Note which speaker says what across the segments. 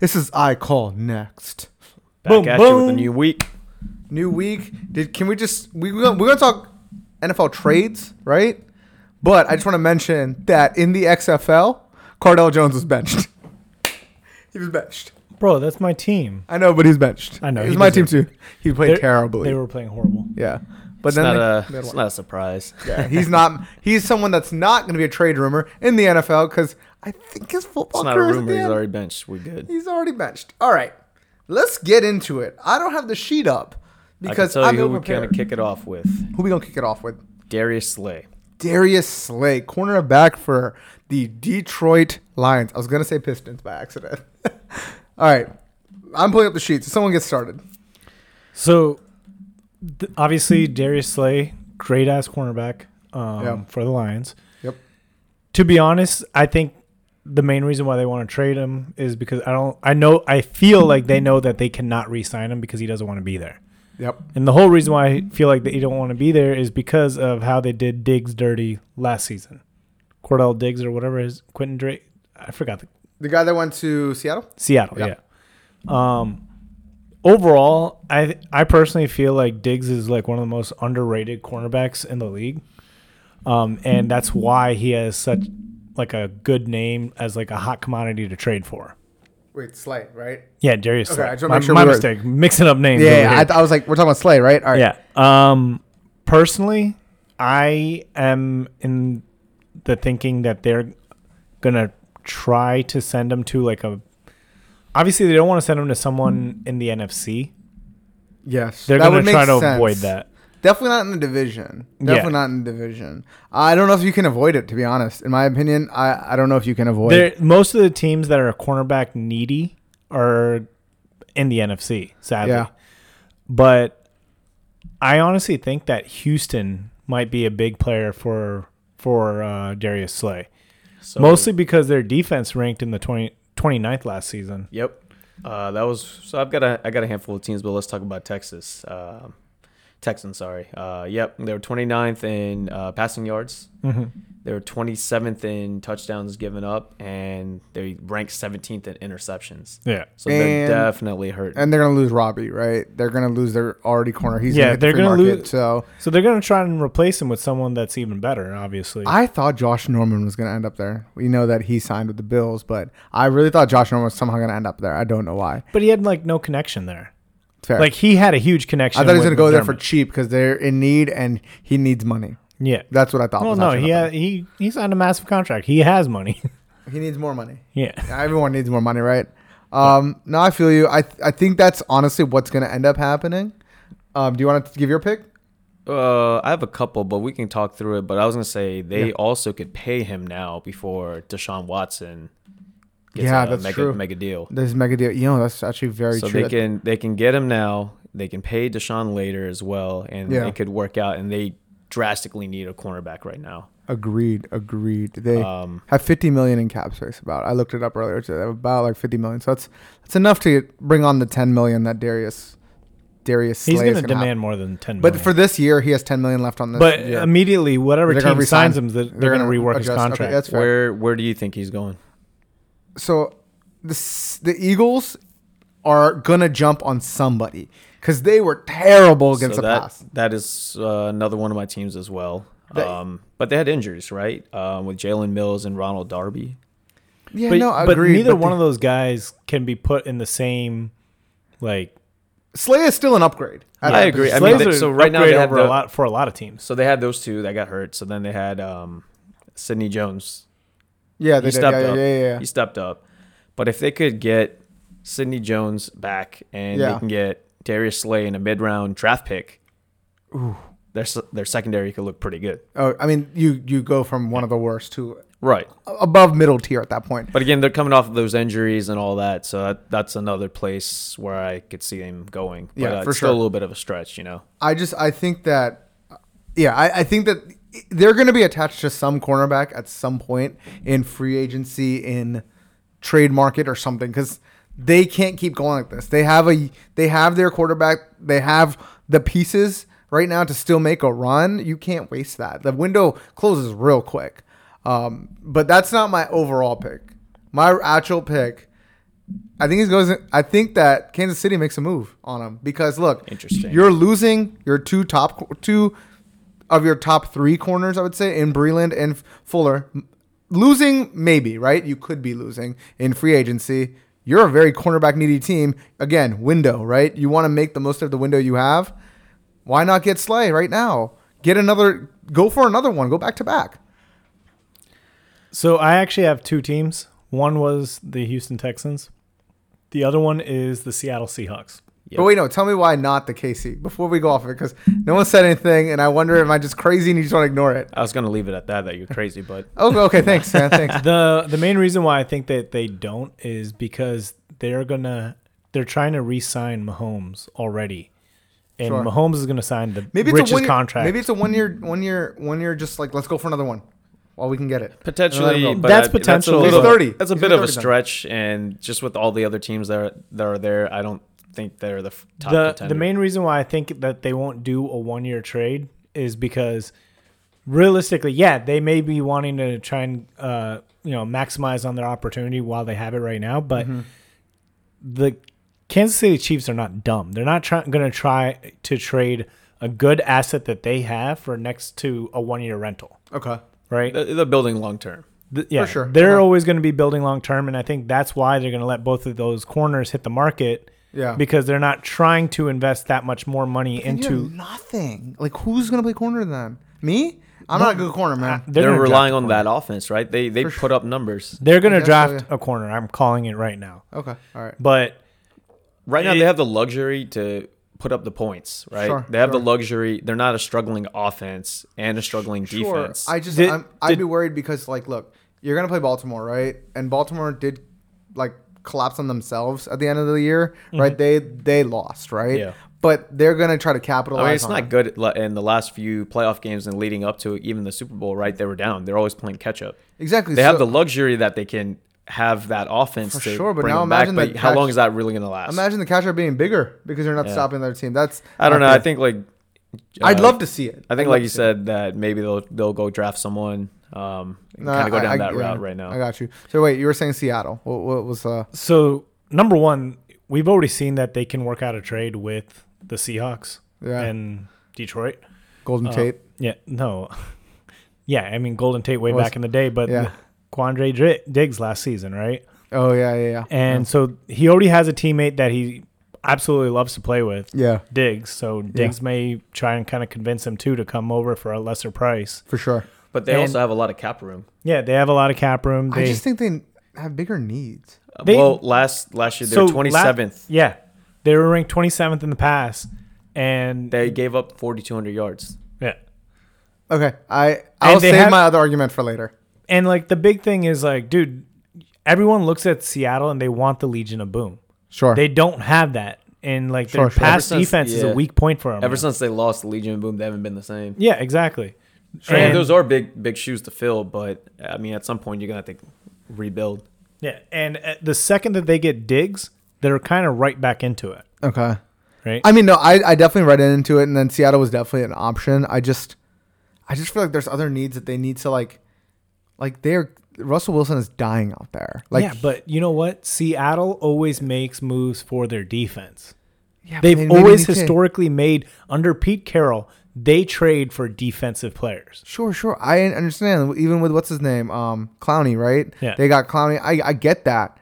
Speaker 1: This is I Call Next.
Speaker 2: Back
Speaker 1: Boom,
Speaker 2: at you with a
Speaker 1: boom.
Speaker 2: new week.
Speaker 1: New week. Did can we just we we're gonna, we're gonna talk NFL trades, right? But I just want to mention that in the XFL, Cardell Jones was benched. he was benched.
Speaker 3: Bro, that's my team.
Speaker 1: I know, but he's benched.
Speaker 3: I know,
Speaker 1: He
Speaker 3: he
Speaker 1: was my team
Speaker 3: deserved
Speaker 1: too. He played
Speaker 3: They're-
Speaker 1: terribly.
Speaker 3: They were playing horrible.
Speaker 1: yeah, but
Speaker 2: It's
Speaker 1: then
Speaker 2: not,
Speaker 1: they-
Speaker 2: a,
Speaker 1: they had
Speaker 2: it's
Speaker 1: one.
Speaker 2: not a surprise.
Speaker 1: Yeah, he's not. He's someone that's not going to be a trade rumor in the NFL because I think his football
Speaker 2: It's not a
Speaker 1: career is at
Speaker 2: rumor.
Speaker 1: the
Speaker 2: He's
Speaker 1: end.
Speaker 2: already benched. We're good.
Speaker 1: He's already benched. All right, let's get into it. I don't have the sheet up because
Speaker 2: I can
Speaker 1: I'm
Speaker 2: tell you who we're
Speaker 1: ill-prepared.
Speaker 2: going to kick it off with.
Speaker 1: Who we gonna kick it off with?
Speaker 2: Darius Slay.
Speaker 1: Darius Slay, cornerback for the Detroit Lions. I was gonna say Pistons by accident. All right, I'm pulling up the sheet. So someone gets started.
Speaker 3: So, th- obviously, Darius Slay, great ass cornerback um,
Speaker 1: Yeah.
Speaker 3: for the Lions.
Speaker 1: Yep.
Speaker 3: To be honest, I think the main reason why they want to trade him is because I don't, I know, I feel like they know that they cannot re sign him because he doesn't want to be there.
Speaker 1: Yep.
Speaker 3: And the whole reason why I feel like they don't want to be there is because of how they did Diggs dirty last season. Cordell Diggs or whatever his Quentin Drake, I forgot the
Speaker 1: The guy that went to Seattle.
Speaker 3: Seattle.
Speaker 1: Yeah.
Speaker 3: Yeah. Um, overall, I I personally feel like Diggs is like one of the most underrated cornerbacks in the league, um, and that's why he has such like a good name as like a hot commodity to trade for.
Speaker 1: Wait, Slay, right?
Speaker 3: Yeah, Darius.
Speaker 1: Okay,
Speaker 3: Slay.
Speaker 1: I just wanna
Speaker 3: my
Speaker 1: make sure
Speaker 3: my
Speaker 1: we were-
Speaker 3: mistake, mixing up names. over
Speaker 1: Yeah,
Speaker 3: here.
Speaker 1: I, I was like, we're talking about Slay, right? All right.
Speaker 3: Yeah. Um personally, I am in the thinking that they're going to try to send him to like a Obviously, they don't want to send him to someone in the NFC.
Speaker 1: Yes.
Speaker 3: They're
Speaker 1: that
Speaker 3: going
Speaker 1: would
Speaker 3: to
Speaker 1: make
Speaker 3: try to avoid
Speaker 1: sense.
Speaker 3: that.
Speaker 1: Definitely not in the division.
Speaker 3: Yeah.
Speaker 1: Definitely not in the division. I don't know if you can avoid it, to be honest. In my opinion, I, I don't know if you can avoid
Speaker 3: They're, most of the teams that are cornerback needy are in the NFC, sadly.
Speaker 1: Yeah.
Speaker 3: But I honestly think that Houston might be a big player for for uh, Darius Slay.
Speaker 2: So,
Speaker 3: Mostly because their defense ranked in the 20, 29th last season.
Speaker 2: Yep. Uh, that was so. I've got a I got a handful of teams, but let's talk about Texas. Um Texans, sorry. Uh, yep, they were 29th in uh, passing yards.
Speaker 1: Mm-hmm.
Speaker 2: They were 27th in touchdowns given up, and they ranked 17th in interceptions.
Speaker 3: Yeah.
Speaker 2: So they're
Speaker 1: And-
Speaker 2: definitely hurt.
Speaker 1: And they're gonna lose Robbie, right? They're gonna lose their already corner. He's
Speaker 3: Yeah,
Speaker 1: gonna hit the
Speaker 3: they're
Speaker 1: free
Speaker 3: gonna
Speaker 1: market,
Speaker 3: lose-
Speaker 1: So
Speaker 3: So they're going to try and replace him with someone that's even better, obviously.
Speaker 1: I thought Josh Norman was gonna end up there. We know that he signed with the Bills, but I really thought Josh Norman was somehow gonna end up there. I don't know why.
Speaker 3: but he had like no connection there.
Speaker 1: It's fair.
Speaker 3: Like he had a huge connection.
Speaker 1: I thought he was
Speaker 3: with
Speaker 1: gonna go there for
Speaker 3: McDermott.
Speaker 1: cheap because they're in need and he needs money.
Speaker 3: yeah.
Speaker 1: That's what I thought.
Speaker 3: Well,
Speaker 1: was
Speaker 3: no,
Speaker 1: actually
Speaker 3: he
Speaker 1: happening.
Speaker 3: had, he he signed a massive contract. He has money.
Speaker 1: he needs more money.
Speaker 3: yeah.
Speaker 1: Everyone needs more money, right? Um, no, I feel you. I I think that's honestly what's gonna end up happening. Um, do you want to give your pick?
Speaker 2: Uh, I have a couple, but we can talk through it. But I was gonna say they also could pay him now before Deshaun Watson gets
Speaker 1: Yeah,
Speaker 2: a
Speaker 1: that's
Speaker 2: mega,
Speaker 1: true.
Speaker 2: mega deal.
Speaker 1: This mega deal. You know, that's actually very
Speaker 2: so
Speaker 1: true.
Speaker 2: they can they can get him now. They can pay Deshaun later as well, and
Speaker 1: Yeah.
Speaker 2: they could work out. And they drastically need a cornerback right now.
Speaker 1: Agreed. Agreed. They
Speaker 2: Um,
Speaker 1: have 50 million in cap space. About I looked it up earlier today. They have About like 50 million. So that's that's enough to bring on the 10 million that Darius Darius Slay
Speaker 3: He's
Speaker 1: is
Speaker 3: going to
Speaker 1: gonna have.
Speaker 3: demand more than 10
Speaker 1: But
Speaker 3: million.
Speaker 1: for this year, he has 10 million left on this.
Speaker 3: but
Speaker 1: year.
Speaker 3: immediately whatever
Speaker 1: They're
Speaker 3: team
Speaker 1: gonna resign-
Speaker 3: signs him, they're,
Speaker 1: they're
Speaker 3: going to
Speaker 1: gonna
Speaker 3: rework his
Speaker 1: adjust. Okay,
Speaker 3: contract.
Speaker 1: that's fair.
Speaker 2: where where do you think he's going?
Speaker 1: so the s- the Eagles are gonna jump on somebody because they were terrible against
Speaker 2: So
Speaker 1: the
Speaker 2: that
Speaker 1: pass.
Speaker 2: that is uh, another one of my teams as well.
Speaker 1: They-
Speaker 2: Um, but they had injuries, right? Um, with Jalen Mills and Ronald Darby.
Speaker 1: Yeah,
Speaker 3: but,
Speaker 1: no, I
Speaker 3: but
Speaker 1: agree.
Speaker 3: neither one of those guys can be put in the same like
Speaker 1: Slay is still an upgrade.
Speaker 2: I
Speaker 1: that
Speaker 2: agree. I
Speaker 1: position.
Speaker 2: mean,
Speaker 3: Slays
Speaker 2: they-
Speaker 3: are
Speaker 2: so right now they
Speaker 3: upgrade
Speaker 2: have
Speaker 3: over
Speaker 2: the-
Speaker 3: a lot for a lot of teams.
Speaker 2: So they had those two that got hurt. So then they had um, Sidney Jones.
Speaker 1: yeah, they
Speaker 2: He
Speaker 1: did.
Speaker 2: stepped
Speaker 1: Yeah, yeah,
Speaker 2: up.
Speaker 1: yeah, yeah,
Speaker 2: He
Speaker 1: yeah.
Speaker 2: stepped up. But if they could get Sidney Jones back and
Speaker 1: Yeah.
Speaker 2: they can get Darius Slay in a mid-round draft pick, their s- their secondary could look pretty good.
Speaker 1: Oh, I mean, you you go from one of the worst to
Speaker 2: Right.
Speaker 1: above middle tier at that point.
Speaker 2: But again, they're coming off of those injuries and all that, so that, that's another place where I could see them going. But,
Speaker 1: Yeah,
Speaker 2: uh,
Speaker 1: for
Speaker 2: it's Still a
Speaker 1: sure.
Speaker 2: little bit of a stretch, you know.
Speaker 1: I just I think that yeah, I, I think that they're going to be attached to some cornerback at some point in free agency in trade market or something cuz they can't keep going like this. They have a they have their quarterback, they have the pieces right now to still make a run. You can't waste that. The window closes real quick. Um, but that's not my overall pick. My actual pick I think he goes. in- I think that Kansas City makes a move on him because look,
Speaker 2: Interesting.
Speaker 1: You're losing your two top two of your top three corners, I would say, in Breland and Fuller. Losing maybe right. You could be losing in free agency. You're a very cornerback needy team. Again, window right. You want to make the most of the window you have. Why not get Slay right now? Get another. Go for another one. Go back to back.
Speaker 3: So I actually have two teams. One was the Houston Texans. The other one is the Seattle Seahawks.
Speaker 2: Yep.
Speaker 1: But wait, no. Tell me why not the KC before we go off it, because no one said anything, and I wonder am I just crazy and you just want to ignore it? Oh,
Speaker 2: I was gonna leave it at that. That you're crazy, but
Speaker 1: Okay, okay, thanks, man. Thanks.
Speaker 3: The the main reason why I think that they don't is because they're gonna they're trying to re-sign Mahomes already, and
Speaker 1: Sure.
Speaker 3: Mahomes is gonna sign the
Speaker 1: Maybe it's
Speaker 3: richest
Speaker 1: a one year,
Speaker 3: contract.
Speaker 1: Maybe it's a one year, one year, one year. Just like let's go for another one while we can get it. And let
Speaker 2: potentially,
Speaker 1: him
Speaker 2: but
Speaker 3: That's
Speaker 2: I-
Speaker 3: potential.
Speaker 2: That's a
Speaker 3: He's
Speaker 2: little-
Speaker 1: 30.
Speaker 2: That's a
Speaker 1: He's
Speaker 2: bit
Speaker 1: a
Speaker 2: of a
Speaker 1: 30 then.
Speaker 2: stretch, and just with all the other teams that are, that are there, I don't think they're the f- top.
Speaker 3: the
Speaker 2: contender.
Speaker 3: the main reason why I think that they won't do a one year trade is because realistically, yeah, they may be wanting to try and uh, you know maximize on their opportunity while they have it right now, but
Speaker 2: Mm-hmm.
Speaker 3: the Kansas City Chiefs are not dumb. They're not try- going to try to trade a good asset that they have for next to a one year rental,
Speaker 1: go. Okay.
Speaker 3: right?
Speaker 2: They- they're building long term.
Speaker 3: Th- yeah,
Speaker 1: sure.
Speaker 3: They're
Speaker 1: Uh-huh.
Speaker 3: always going to be building long term, and I think that's why they're going to let both of those corners hit the market.
Speaker 1: Yeah.
Speaker 3: because they're not trying to invest that much more money
Speaker 1: And you have
Speaker 3: into.
Speaker 1: nothing. Like who's gonna play corner then? Me? I'm not a good corner, man.
Speaker 2: They're,
Speaker 3: gonna
Speaker 2: relying
Speaker 3: draft-
Speaker 2: on that offense, right? They they put up numbers.
Speaker 3: They're going
Speaker 1: I
Speaker 3: to
Speaker 1: guess so,
Speaker 3: draft
Speaker 1: yeah.
Speaker 3: a corner. I'm calling it right now.
Speaker 1: Okay. All right.
Speaker 3: But
Speaker 2: Right now,
Speaker 3: It-
Speaker 2: they have the luxury to put up the points, right?
Speaker 1: Sure,
Speaker 2: they have
Speaker 1: sure.
Speaker 2: the luxury. They're not a struggling offense and a struggling defense.
Speaker 1: I just
Speaker 3: Did-
Speaker 1: I'm, I'd
Speaker 3: did-
Speaker 1: be worried because like look, you're gonna play Baltimore, right? And Baltimore did like collapse on themselves at the end of the year, right? They they lost, right?
Speaker 2: Mm-hmm. Yeah.
Speaker 1: But they're gonna try to
Speaker 2: I
Speaker 1: capitalize.
Speaker 2: mean, it's
Speaker 1: on
Speaker 2: not
Speaker 1: it.
Speaker 2: good at le- in the last few playoff games and leading up to even the Super Bowl, right? They were down. They're always playing catch up.
Speaker 1: Exactly.
Speaker 2: They have
Speaker 1: so-
Speaker 2: the luxury that they can have that offense
Speaker 1: For
Speaker 2: to
Speaker 1: sure, but
Speaker 2: bring
Speaker 1: now
Speaker 2: them back.
Speaker 1: imagine
Speaker 2: But
Speaker 1: the
Speaker 2: how
Speaker 1: catch-
Speaker 2: long is that really going to last?
Speaker 1: Imagine the catcher being bigger because you're not stopping their team. That's
Speaker 2: I don't know.
Speaker 1: not
Speaker 2: I
Speaker 1: good.
Speaker 2: think like
Speaker 1: I'd
Speaker 2: uh,
Speaker 1: love to see it.
Speaker 2: I
Speaker 1: I'd
Speaker 2: think
Speaker 1: love
Speaker 2: like
Speaker 1: to
Speaker 2: you
Speaker 1: see it.
Speaker 2: said that maybe they'll they'll go draft someone. Um,
Speaker 1: No,
Speaker 2: kind of go
Speaker 1: I-
Speaker 2: down
Speaker 1: I-
Speaker 2: that
Speaker 1: yeah,
Speaker 2: route right now.
Speaker 1: I got you. So wait, you were saying Seattle. What, what was uh?
Speaker 3: so number one, we've already seen that they can work out a trade with the Seahawks
Speaker 1: Yeah.
Speaker 3: and Detroit.
Speaker 1: Golden
Speaker 2: Uh,
Speaker 1: Tate.
Speaker 3: Yeah, no, yeah. I mean, Golden Tate way
Speaker 1: Was-
Speaker 3: back in the day, but
Speaker 1: yeah.
Speaker 3: Quandre Dri- Diggs last season, right?
Speaker 1: Oh yeah, yeah, yeah.
Speaker 3: And so he already has a teammate that he absolutely loves to play with,
Speaker 1: Yeah,
Speaker 3: Diggs. So Diggs may try and kind of convince him too to come over for a lesser price.
Speaker 1: for sure.
Speaker 2: But they
Speaker 3: And-
Speaker 2: also have a lot of cap room.
Speaker 3: Yeah, they have a lot of cap room. They,
Speaker 1: I just think they have bigger needs.
Speaker 2: Uh,
Speaker 3: They-
Speaker 2: well, last last year they
Speaker 3: so
Speaker 2: were
Speaker 3: la-
Speaker 2: twenty seventh.
Speaker 3: yeah, they were ranked 27th in the pass, and
Speaker 2: They gave up forty two hundred yards.
Speaker 3: yeah,
Speaker 1: Okay, I I'll
Speaker 3: they
Speaker 1: save
Speaker 3: have-
Speaker 1: my other argument for later.
Speaker 3: and like the big thing is like, dude, everyone looks at Seattle and they want the Legion of Boom.
Speaker 1: Sure.
Speaker 3: They don't have that, and like
Speaker 1: Sure,
Speaker 3: their
Speaker 1: sure.
Speaker 3: pass
Speaker 2: Ever since-
Speaker 3: defense is a
Speaker 2: yeah.
Speaker 3: weak point
Speaker 1: Oh,
Speaker 3: for them.
Speaker 2: Ever since they lost Legion Boom, they haven't been the same.
Speaker 3: yeah, exactly.
Speaker 2: And
Speaker 3: And-
Speaker 2: those are big big shoes to fill. But I mean, at some point you're gonna have to rebuild.
Speaker 3: Yeah, and uh, the second that they get digs, they're kind of right back into it,
Speaker 1: okay.
Speaker 3: right?
Speaker 1: I mean, no, I, I definitely read into it, and then Seattle was definitely an option. I just, I just feel like there's other needs that they need to like, like they're Russell Wilson is dying out there. Like,
Speaker 3: yeah, but you know what? Seattle always makes moves for their defense.
Speaker 1: yeah, but
Speaker 3: They've
Speaker 1: they maybe
Speaker 3: always
Speaker 1: need to-
Speaker 3: historically made under Pete Carroll. They trade for defensive players.
Speaker 1: Sure, sure. I understand. Even with what's his name, um, Clowney, right?
Speaker 3: Yeah.
Speaker 1: They got Clowney. I, I get that,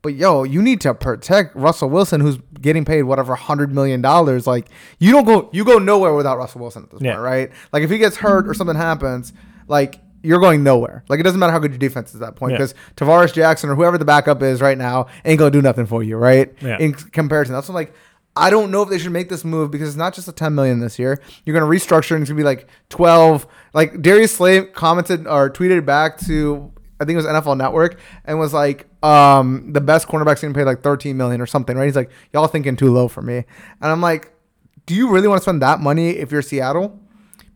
Speaker 1: but yo, you need to protect Russell Wilson, who's getting paid whatever hundred million dollars. Like you don't go, you go nowhere without Russell Wilson at this
Speaker 3: Yeah.
Speaker 1: point, right? Like if he gets hurt or something happens, like you're going nowhere. Like it doesn't matter how good your defense is at that point
Speaker 3: Yeah.
Speaker 1: because Tavares Jackson or whoever the backup is right now ain't gonna do nothing for you, right?
Speaker 3: Yeah.
Speaker 1: In comparison, that's what, like. I don't know if they should make this move because it's not just a 10 million this year. You're going to restructure and it's going to be like 12. Like Darius Slay commented or tweeted back to I think it was NFL Network and was like um the best cornerbacks getting paid like 13 million or something, right? He's like y'all thinking too low for me. And I'm like, do you really want to spend that money if you're Seattle?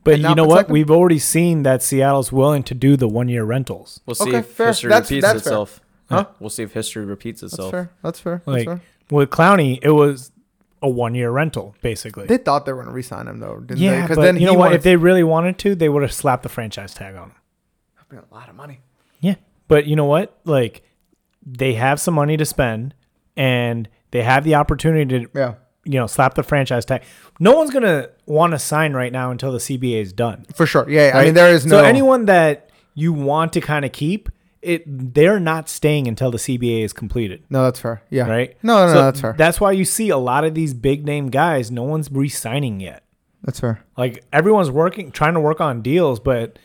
Speaker 3: But
Speaker 1: And
Speaker 3: you
Speaker 1: not
Speaker 3: know what?
Speaker 1: protect them.
Speaker 3: We've already seen that Seattle's willing to do the one year rentals.
Speaker 2: We'll see
Speaker 1: Okay,
Speaker 2: if
Speaker 1: fair.
Speaker 2: history
Speaker 1: That's-
Speaker 2: repeats
Speaker 1: that's fair.
Speaker 2: itself.
Speaker 1: Huh?
Speaker 2: We'll see if history repeats
Speaker 1: That's
Speaker 2: itself.
Speaker 1: fair. That's fair. That's
Speaker 3: Like
Speaker 1: fair.
Speaker 3: with Clowney, it was a one year rental, basically.
Speaker 1: They thought they were going to resign him though, didn't they?
Speaker 3: yeah, but you know
Speaker 1: he
Speaker 3: what? If
Speaker 1: wanted-
Speaker 3: they really wanted to, they would have slapped the franchise tag on him.
Speaker 1: a lot of money.
Speaker 3: Yeah. But you know what? Like they have some money to spend. and they have the opportunity to
Speaker 1: Yeah,
Speaker 3: you know slap the franchise tag. No one's gonna want to sign right now until the CBA is done.
Speaker 1: for sure. Yeah, yeah. I
Speaker 3: right?
Speaker 1: mean there is no
Speaker 3: so anyone that you want to kind of keep it. They're not staying until the CBA is completed.
Speaker 1: No, that's fair. Yeah.
Speaker 3: Right?
Speaker 1: No, no, no
Speaker 3: So
Speaker 1: that's fair.
Speaker 3: That's why you see a lot of these big name guys, no one's re signing yet.
Speaker 1: that's fair.
Speaker 3: Like everyone's working trying to work on deals, but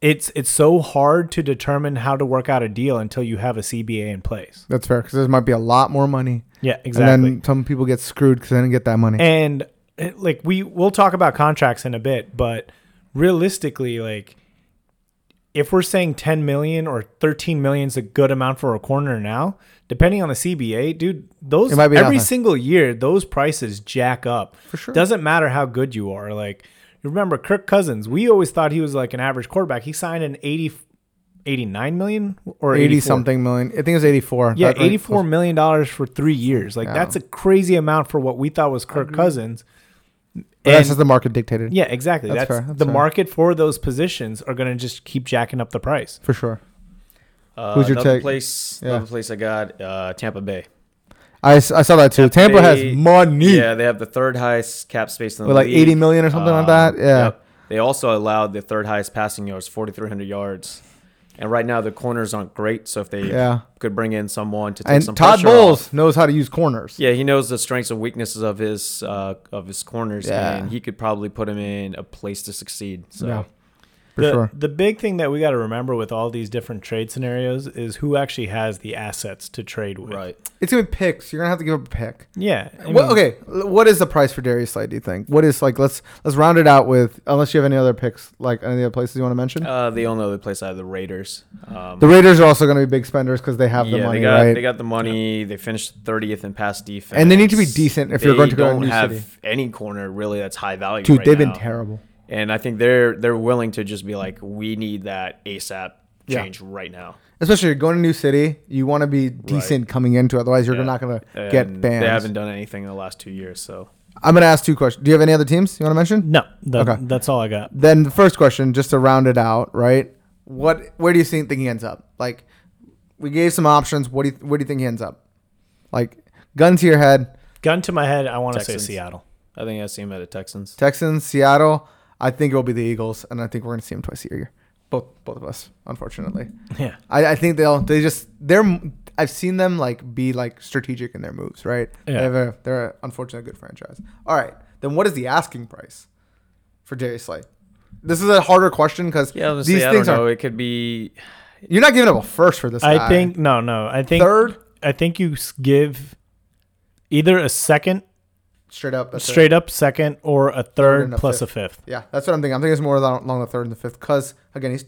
Speaker 3: it's it's so hard to determine how to work out a deal until you have a CBA in place.
Speaker 1: That's fair because there might be a lot more money.
Speaker 3: Yeah, exactly.
Speaker 1: And then some people get screwed because they didn't get that money.
Speaker 3: And eh, like we we'll talk about contracts in a bit, but realistically, like if we're saying 10 million or 13 million is a good amount for a corner now, depending on the CBA, dude, those
Speaker 1: It might be
Speaker 3: every
Speaker 1: nothing.
Speaker 3: single year those prices jack up. For
Speaker 1: sure.
Speaker 3: Doesn't matter how good you are. Like you remember Kirk Cousins, we always thought he was like an average quarterback. He signed an 80 89 million or
Speaker 1: 80
Speaker 3: 84.
Speaker 1: something million. I think it was 84.
Speaker 3: Yeah,
Speaker 1: That rate
Speaker 3: eighty-four million dollars for three years. Like that's a crazy amount for what we thought was
Speaker 2: Mm-hmm.
Speaker 3: Kirk Cousins.
Speaker 1: was- That's
Speaker 3: And-
Speaker 1: just the market dictated.
Speaker 3: yeah, exactly. That's,
Speaker 1: That's fair, that's
Speaker 3: the
Speaker 1: fair.
Speaker 3: market for those positions are going to just keep jacking up the price.
Speaker 1: For sure.
Speaker 2: Uh,
Speaker 1: Who's your
Speaker 2: another
Speaker 1: take?
Speaker 2: place?
Speaker 1: Yeah.
Speaker 2: Another place I got uh, Tampa Bay.
Speaker 1: I, s- I saw that too. Tampa
Speaker 2: They-
Speaker 1: has money.
Speaker 2: Yeah, they have the third highest cap space in the
Speaker 1: With like
Speaker 2: league.
Speaker 1: 80 million or something like
Speaker 2: Uh,
Speaker 1: that. Yeah.
Speaker 2: yep. They also allowed the third highest passing yards, 4,300 yards. And right now the corners aren't great, so if they
Speaker 1: Yeah.
Speaker 2: could bring in someone to take
Speaker 1: And
Speaker 2: some
Speaker 1: Todd
Speaker 2: pressure
Speaker 1: Bowles
Speaker 2: off-
Speaker 1: knows how to use corners.
Speaker 2: yeah, he knows the strengths and weaknesses of his uh, of his corners,
Speaker 1: Yeah.
Speaker 2: and he could probably put him in a place to succeed. So
Speaker 1: Yeah. For
Speaker 3: the,
Speaker 1: sure.
Speaker 3: the big thing that we got to remember with all these different trade scenarios is who actually has the assets to trade with.
Speaker 2: right,
Speaker 1: It's going to be picks. You're going to have to give up a pick.
Speaker 3: Yeah. I
Speaker 1: What,
Speaker 3: mean,
Speaker 1: okay, l- what is the price for Darius Slade? Do you think? What is like? Let's let's round it out with. Unless you have any other picks, like any other places you want to mention.
Speaker 2: uh, the only other place I have the Raiders. Um,
Speaker 1: the Raiders are also going to be big spenders because they have the
Speaker 2: yeah,
Speaker 1: money,
Speaker 2: they got
Speaker 1: right?
Speaker 2: they got the money. They finished thirtieth in pass defense,
Speaker 1: And they need to be decent if you're
Speaker 2: They
Speaker 1: going to go to
Speaker 2: don't
Speaker 1: a new
Speaker 2: have
Speaker 1: city.
Speaker 2: any corner really that's high value.
Speaker 1: Dude,
Speaker 2: right
Speaker 1: they've been
Speaker 2: now.
Speaker 1: terrible.
Speaker 2: And I think they're they're willing to just be like, we need that ASAP
Speaker 1: Yeah.
Speaker 2: change right now.
Speaker 1: Especially you're going to a new city, you want to be decent coming into. it, Otherwise, you're not going to get
Speaker 2: And
Speaker 1: banned.
Speaker 2: They haven't done anything in the last two years, so
Speaker 1: I'm going to ask two questions. Do you have any other teams you want to mention?
Speaker 3: No, that-
Speaker 1: Okay.
Speaker 3: that's all I got.
Speaker 1: Then the first question, just to round it out, right? What where do you think, think he ends up? Like, we gave some options. What do you where do you think he ends up? Like, gun to your head,
Speaker 3: Gun to my head, I want to say
Speaker 2: Texans.
Speaker 3: Seattle.
Speaker 2: I think I see him at the Texans.
Speaker 1: Texans, Seattle. I think it will be the Eagles, and I think we're going to see him twice a year. Both both of us, unfortunately.
Speaker 3: Yeah.
Speaker 1: I, I think they'll they just they're I've seen them like be like strategic in their moves, right?
Speaker 3: Yeah.
Speaker 1: They have a, they're an unfortunately good franchise. All right, then what is the asking price for Darius Slay? This is a harder question because
Speaker 2: Yeah, I was gonna
Speaker 1: these
Speaker 2: say, I don't
Speaker 1: things
Speaker 2: know.
Speaker 1: are
Speaker 2: It could be
Speaker 1: you're not giving up a first for this.
Speaker 3: I
Speaker 1: guy.
Speaker 3: think no, no. I think
Speaker 1: Third?
Speaker 3: I think you s- give either a second,
Speaker 1: straight up that's it.
Speaker 3: straight up second, or a third,
Speaker 1: and a
Speaker 3: plus
Speaker 1: fifth.
Speaker 3: a fifth.
Speaker 1: Yeah, that's what I'm thinking. I'm thinking it's more along along the third and the fifth because again he's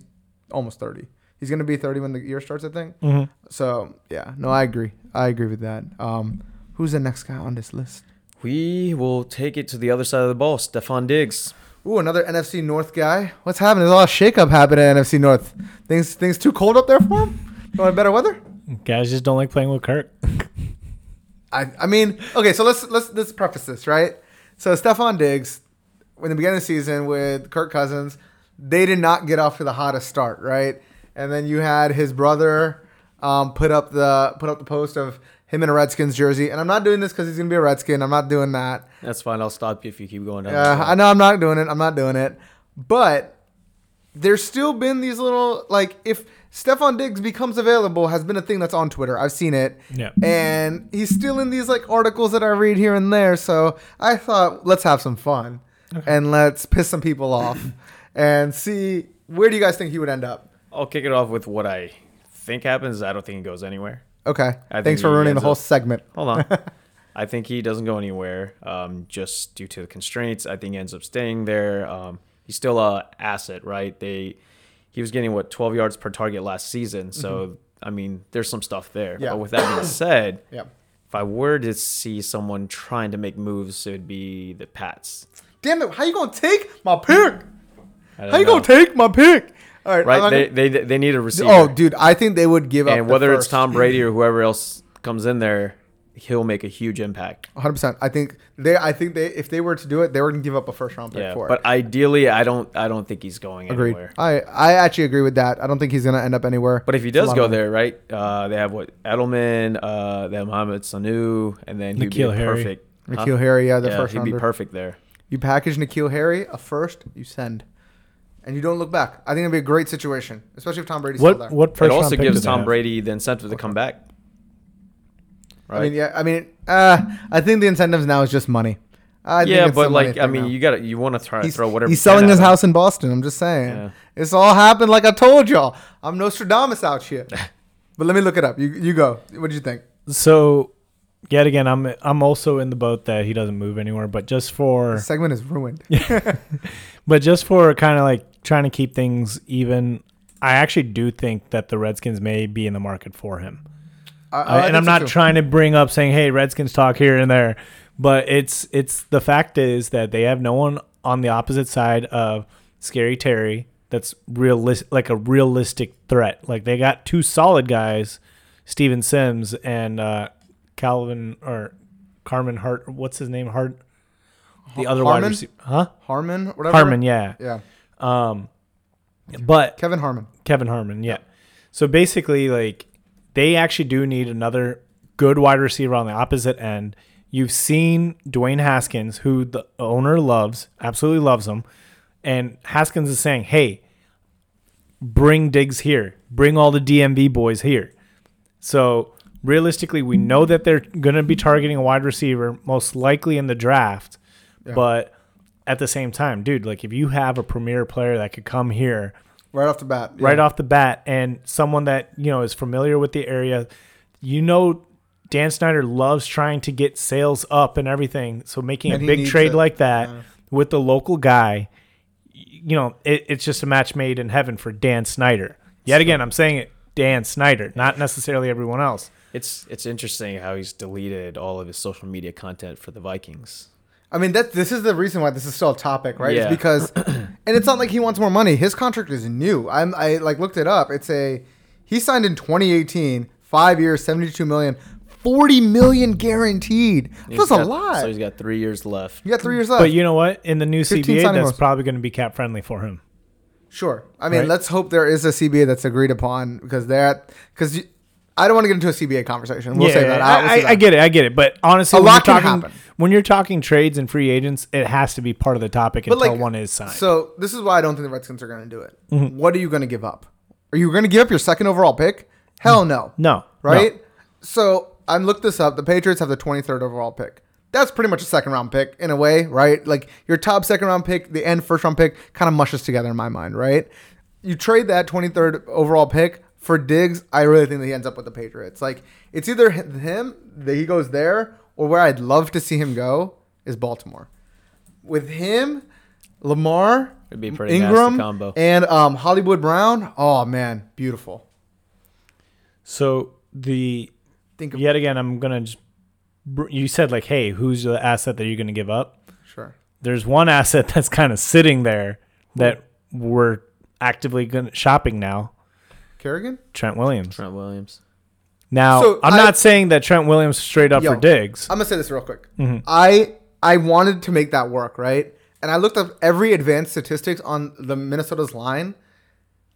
Speaker 1: almost thirty. He's gonna be thirty when the year starts, I think.
Speaker 3: Mhm.
Speaker 1: So yeah, no, I agree. I agree with that. Um, who's the next guy on this list?
Speaker 2: we will take it to the other side of the ball. Stefan Diggs.
Speaker 1: Ooh, another NFC North guy. What's happening? There's a lot of shakeup happening at NFC North. Things things too cold up there for him. You want better weather?
Speaker 3: Guys just don't like playing with Kirk.
Speaker 1: I I mean, okay, so let's let's let's preface this, right? So Stefan Diggs, when the beginning of the season with Kirk Cousins, they did not get off to the hottest start, right? And then you had his brother um, put up the put up the post of him in a Redskins jersey. And I'm not doing this because he's gonna be a Redskin. I'm not doing that.
Speaker 2: That's fine. I'll stop you if you keep going down.
Speaker 1: Uh, I know I'm not doing it. I'm not doing it. But there's still been these little like if Stefan Diggs becomes available has been a thing that's on Twitter. I've seen it.
Speaker 3: Yeah.
Speaker 1: And he's still in these like articles that I read here and there. So I thought let's have some fun and let's piss some people off and see where do you guys think he would end up?
Speaker 2: I'll kick it off with what I think happens. I don't think it goes anywhere.
Speaker 1: Okay.
Speaker 2: I think
Speaker 1: Thanks for
Speaker 2: he
Speaker 1: ruining the
Speaker 2: ends
Speaker 1: whole
Speaker 2: up-
Speaker 1: segment.
Speaker 2: Hold on. I think he doesn't go anywhere um, just due to the constraints. I think he ends up staying there. Um, he's still a asset, right? They he was getting what 12 yards per target last season. So I mean, there's some stuff there.
Speaker 1: Mm-hmm. Yeah.
Speaker 2: But with that being said,
Speaker 1: Yeah.
Speaker 2: if I were to see someone trying to make moves, it would be the Pats.
Speaker 1: Damn it! How you gonna take my pick?
Speaker 2: I
Speaker 1: How you
Speaker 2: don't
Speaker 1: gonna take my pick? All right, I'm
Speaker 2: right?
Speaker 1: not
Speaker 2: They,
Speaker 1: gonna-
Speaker 2: they they need a receiver.
Speaker 1: oh, dude, I think they would give up.
Speaker 2: and
Speaker 1: oh, the
Speaker 2: whether it's
Speaker 1: first.
Speaker 2: Tom Brady or whoever else comes in there, he'll make a huge impact.
Speaker 1: 100. percent I think they. I think they. If they were to do it, they were gonna give up a first round pick
Speaker 2: Yeah,
Speaker 1: for it.
Speaker 2: but ideally, I don't I don't think he's going
Speaker 1: Agreed.
Speaker 2: anywhere.
Speaker 1: I I actually agree with that. I don't think he's gonna end up anywhere.
Speaker 2: But if he
Speaker 1: It's a
Speaker 2: does
Speaker 1: lot
Speaker 2: go
Speaker 1: of money.
Speaker 2: there, right? Uh, they have what Edelman, uh, they have Mohamed Sanu, and then he'd be
Speaker 3: Nikhil
Speaker 2: a
Speaker 3: Harry.
Speaker 2: perfect.
Speaker 1: Nikhil Harry, yeah, the
Speaker 2: yeah,
Speaker 1: first
Speaker 2: he'd be
Speaker 1: rounder.
Speaker 2: perfect there.
Speaker 1: you package Nikhil Harry a first, you send, and you don't look back. I think it'd be a great situation, especially if Tom Brady's still there.
Speaker 3: What what first
Speaker 2: it also
Speaker 3: round pick
Speaker 2: gives
Speaker 3: do they
Speaker 2: Tom
Speaker 3: have?
Speaker 2: Brady the incentive to come back. Right.
Speaker 1: I mean, yeah, I mean, uh, I think the incentives now is just money. I
Speaker 2: yeah,
Speaker 1: it's
Speaker 2: but
Speaker 1: the money
Speaker 2: like I
Speaker 1: thing
Speaker 2: mean,
Speaker 1: now.
Speaker 2: you gotta you want to try to
Speaker 1: he's,
Speaker 2: throw whatever.
Speaker 1: he's
Speaker 2: you can
Speaker 1: selling
Speaker 2: at
Speaker 1: his
Speaker 2: him.
Speaker 1: house in Boston. I'm just saying,
Speaker 2: Yeah.
Speaker 1: it's all happened like I told y'all. I'm Nostradamus out here. but let me look it up. You you go. What do you think?
Speaker 3: So yet again, I'm I'm also in the boat that he doesn't move anywhere. But just for
Speaker 1: This segment is ruined.
Speaker 3: but just for kind of like trying to keep things even, I actually do think that the Redskins may be in the market for him.
Speaker 1: I- Oh, I
Speaker 3: Uh,
Speaker 1: think
Speaker 3: and I'm
Speaker 1: so
Speaker 3: not
Speaker 1: too.
Speaker 3: trying to bring up saying, "Hey, Redskins talk here and there," but it's it's the fact is that they have no one on the opposite side of Scary Terry that's realistic, like a realistic threat. Like they got two solid guys, Steven Sims and uh, Calvin or Carmen Hart. What's his name? Hart. The other wide
Speaker 1: Harmon?
Speaker 3: receiver, huh?
Speaker 1: Harmon, whatever.
Speaker 3: Harmon, yeah.
Speaker 1: Yeah,
Speaker 3: Um, but
Speaker 1: Kevin Harmon.
Speaker 3: Kevin Harmon, yeah. So basically, like they actually do need another good wide receiver on the opposite end. You've seen Dwayne Haskins, who the owner loves, absolutely loves him, and Haskins is saying, "Hey, bring Diggs here, bring all the DMV boys here." So realistically, we know that they're going to be targeting a wide receiver, most likely in the draft. But at the same time, dude, like if you have a premier player that could come here
Speaker 1: Right off the bat. Yeah.
Speaker 3: right off the bat and someone that you know is familiar with the area you know dan snyder loves trying to get sales up and everything so making
Speaker 1: And
Speaker 3: a
Speaker 1: he
Speaker 3: big
Speaker 1: needs
Speaker 3: trade
Speaker 1: it,
Speaker 3: like that
Speaker 1: yeah.
Speaker 3: with the local guy y- you know it, it's just a match made in heaven for dan snyder yet again i'm saying it dan snyder not necessarily everyone else
Speaker 2: It's it's interesting how he's deleted all of his social media content for the Vikings.
Speaker 1: I mean, that this is the reason why this is still a topic, right?
Speaker 2: Yeah.
Speaker 1: It's because, and it's not like he wants more money. His contract is new. I'm, I like looked it up. It's a, he signed in 2018, five years, 72 million, 40 million guaranteed. That's
Speaker 2: He's
Speaker 1: a
Speaker 2: got-
Speaker 1: lot.
Speaker 2: So he's got three years left.
Speaker 1: you got three years left.
Speaker 3: but you know what in the new
Speaker 1: 15
Speaker 3: cba
Speaker 1: signing
Speaker 3: that's
Speaker 1: bonus.
Speaker 3: probably going to be cap friendly for him
Speaker 1: Sure. I mean,
Speaker 3: Right?
Speaker 1: let's hope there is a CBA that's agreed upon because that because I don't want to get into a CBA conversation. We'll
Speaker 3: yeah,
Speaker 1: say that.
Speaker 3: I,
Speaker 1: will
Speaker 3: I, I get it. I get it. But honestly,
Speaker 1: A
Speaker 3: when,
Speaker 1: lot
Speaker 3: you're
Speaker 1: can
Speaker 3: talking,
Speaker 1: happen.
Speaker 3: when you're talking trades and free agents, it has to be part of the topic
Speaker 1: But,
Speaker 3: until
Speaker 1: like,
Speaker 3: one is Mm-hmm. signed.
Speaker 1: So this is why I don't think the Redskins are going to do it. What are you going to give up? Are you going to give up your second overall pick? Hell no.
Speaker 3: no,
Speaker 1: Right.
Speaker 3: no.
Speaker 1: So I looked this up. The Patriots have the 23rd overall pick. That's pretty much a second round pick in a way, right? Like your top second round pick, the end first round pick kind of mushes together in my mind, right? You trade that 23rd overall pick for Diggs. I really think that he ends up with the Patriots. Like it's either h- him that he goes there or where I'd love to see him go is Baltimore. With him, Lamar,
Speaker 2: It'd be a pretty nasty
Speaker 1: Ingram,
Speaker 2: combo.
Speaker 1: and um, Hollywood Brown. Oh man, beautiful.
Speaker 3: So the
Speaker 1: Think of
Speaker 3: yet again, I'm gonna just. br- You said like, hey, who's the asset that you're gonna give up?
Speaker 1: sure.
Speaker 3: There's one asset that's kind of sitting there that we're actively gonna, shopping now.
Speaker 1: Kerrigan.
Speaker 3: Trent Williams.
Speaker 2: Trent Williams.
Speaker 3: Now,
Speaker 1: So
Speaker 3: I'm
Speaker 1: I-
Speaker 3: not saying that Trent Williams straight up
Speaker 1: Yo,
Speaker 3: for Diggs.
Speaker 1: I'm gonna say this real quick. I I wanted to make that work, right? And I looked up every advanced statistics on the Minnesota's line.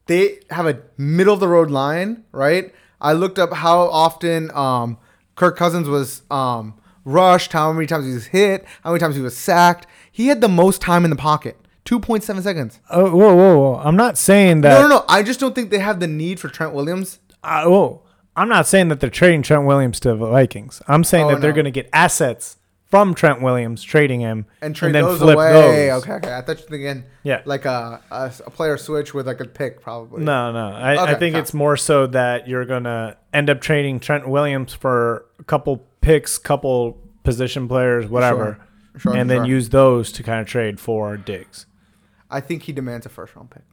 Speaker 1: They have a middle of the road line, right? I looked up how often um, Kirk Cousins was um, rushed, how many times he was hit, how many times he was sacked. He had the most time in the pocket, two point seven seconds.
Speaker 3: Oh, whoa, whoa, whoa! I'm not saying that.
Speaker 1: No, no, no. I just don't think they have the need for Trent Williams.
Speaker 3: I, oh, I'm not saying that they're trading Trent Williams to the Vikings. I'm saying
Speaker 1: Oh,
Speaker 3: that they're
Speaker 1: no.
Speaker 3: going to get assets from Trent Williams, trading him,
Speaker 1: and trade those away. Okay, okay. I thought you were thinking
Speaker 3: Yeah.
Speaker 1: like a, a a player switch with like a pick probably.
Speaker 3: No, no. I, I
Speaker 1: Okay,
Speaker 3: think
Speaker 1: fine.
Speaker 3: it's more so that you're going to end up trading Trent Williams for a couple picks, couple position players, whatever,
Speaker 1: Sure,
Speaker 3: and then
Speaker 1: sure.
Speaker 3: use those to kind of trade for Diggs.
Speaker 1: I think he demands a first round pick.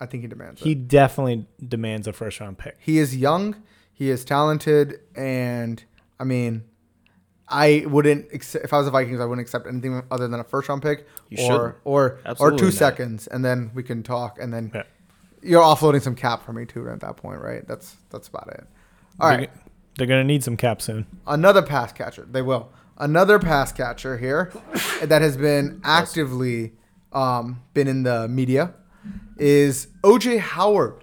Speaker 1: I think he demands
Speaker 3: He
Speaker 1: it.
Speaker 3: definitely demands a first round pick.
Speaker 1: He is young, he is talented, and I mean, I wouldn't accept, if I was the Vikings, I wouldn't accept anything other than a first round pick
Speaker 2: You shouldn't.
Speaker 1: or or
Speaker 2: Absolutely
Speaker 1: or two
Speaker 2: not.
Speaker 1: seconds, and then we can talk, and then
Speaker 3: Yeah.
Speaker 1: you're offloading some cap for me too at that point, right? That's that's about it. All
Speaker 3: You're
Speaker 1: right.
Speaker 3: g- They're gonna need some cap soon.
Speaker 1: another pass catcher. They will. Another pass catcher here that has been actively um, been in the media is OJ Howard.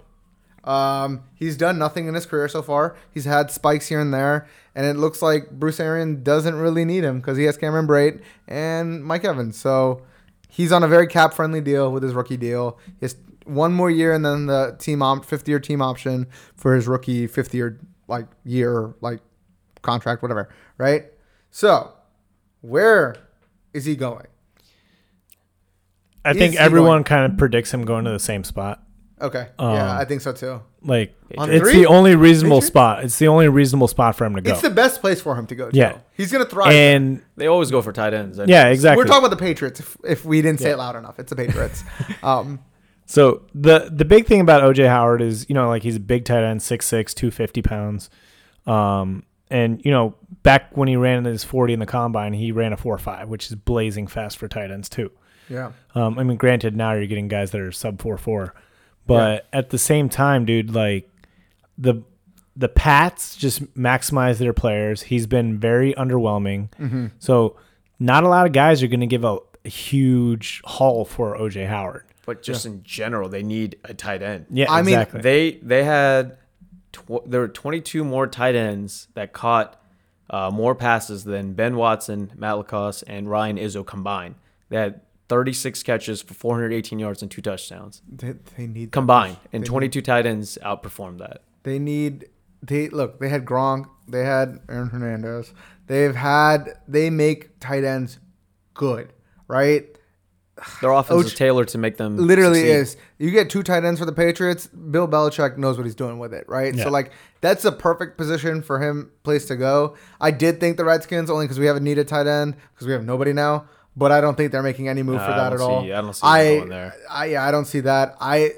Speaker 1: Um, he's done nothing in his career so far. He's had spikes here and there, and it looks like Bruce Arian doesn't really need him because he has Cameron Brate and Mike Evans. So he's on a very cap friendly deal with his rookie deal. He has one more year and then the team op- fifth year team option for his rookie fifth year like year like contract, whatever, right? So, where is he going?
Speaker 3: I
Speaker 1: Is
Speaker 3: think
Speaker 1: he
Speaker 3: everyone kind of predicts him going to the same spot.
Speaker 1: Okay,
Speaker 3: Um,
Speaker 1: yeah, I think so too.
Speaker 3: Like
Speaker 1: On
Speaker 3: it's
Speaker 1: three?
Speaker 3: the only reasonable
Speaker 1: Patriots?
Speaker 3: spot. It's the only reasonable spot for him to go.
Speaker 1: It's the best place for him to go. To.
Speaker 3: Yeah.
Speaker 1: he's gonna thrive.
Speaker 3: and
Speaker 2: They always go for tight ends.
Speaker 3: yeah, exactly.
Speaker 1: We're talking about the Patriots. If, if we didn't say it loud enough, it's the Patriots. um,
Speaker 3: So the the big thing about OJ Howard is, you know, like he's a big tight end, 6'6", 250 pounds. Um, and you know, back when he ran his forty in the combine, he ran a four five, which is blazing fast for tight ends too.
Speaker 1: yeah,
Speaker 3: Um, I mean, granted, now you're getting guys that are sub four four, but at the same time, dude, like the the Pats just maximize their players. He's been very underwhelming,
Speaker 1: Mm-hmm.
Speaker 3: so not a lot of guys are going to give a huge haul for OJ Howard.
Speaker 2: But just in general, they need a tight end.
Speaker 3: Yeah,
Speaker 1: I mean,
Speaker 3: exactly.
Speaker 2: They they had tw- there were 22 more tight ends that caught uh, more passes than Ben Watson, Matt Lacoste, and Ryan Izzo combined. They had 36 catches for 418 yards and two touchdowns
Speaker 1: they, they need
Speaker 2: combined, and 22 tight ends outperformed that.
Speaker 1: They need they look. They had Gronk. They had Aaron Hernandez. They've had they make tight ends good, right?
Speaker 2: Their offense is
Speaker 1: Oj-
Speaker 2: tailored to make them
Speaker 1: literally
Speaker 2: succeed.
Speaker 1: is. You get two tight ends for the Patriots. Bill Belichick knows what he's doing with it, right?
Speaker 3: Yeah.
Speaker 1: So like that's a perfect position for him place to go. I did think the Redskins only because we haven't needed tight end because we have nobody now. But I don't think they're making any move
Speaker 2: No,
Speaker 1: for
Speaker 2: I
Speaker 1: that at
Speaker 2: don't
Speaker 1: all.
Speaker 2: see- I don't see them
Speaker 1: I-
Speaker 2: going there.
Speaker 1: I yeah, I don't see that. I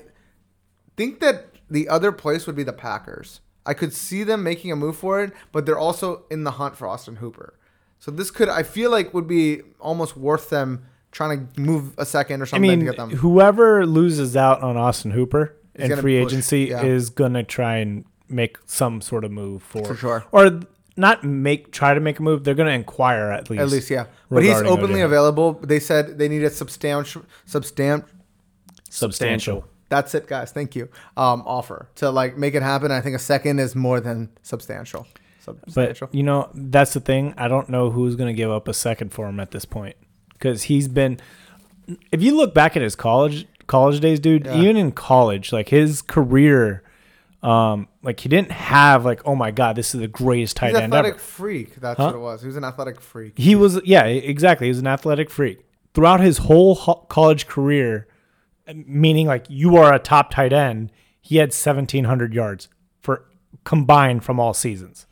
Speaker 1: think that the other place would be the Packers. I could see them making a move for it, but they're also in the hunt for Austin Hooper. So this could, I feel like, would be almost worth them trying to move a second or
Speaker 3: I
Speaker 1: something
Speaker 3: mean,
Speaker 1: to get them.
Speaker 3: whoever loses out on Austin Hooper in
Speaker 1: gonna
Speaker 3: free
Speaker 1: push,
Speaker 3: agency
Speaker 1: yeah.
Speaker 3: is gonna try and make some sort of move for,
Speaker 1: For sure.
Speaker 3: or th- not make try to make a move. They're gonna inquire at least.
Speaker 1: At least, yeah. But he's
Speaker 3: regarding
Speaker 1: openly
Speaker 3: OJ.
Speaker 1: available. They said they needed substantial, substan.
Speaker 3: substantial.
Speaker 1: That's it, guys. Thank you. Um, offer to like make it happen. I think a second is more than substantial.
Speaker 3: But
Speaker 1: Substantial.
Speaker 3: you know, that's the thing. I don't know who's gonna give up a second for him at this point because he's been. If you look back at his college college days, dude,
Speaker 1: Yeah.
Speaker 3: even in college, like his career. Um, like he didn't have like, oh my god, this is the greatest tight
Speaker 1: He's an
Speaker 3: end ever.
Speaker 1: athletic freak. That's what it was. He was an athletic freak.
Speaker 3: He was, yeah, e, exactly. He was an athletic freak throughout his whole ho- college career. Meaning, like you are a top tight end. He had seventeen hundred yards for combined from all seasons.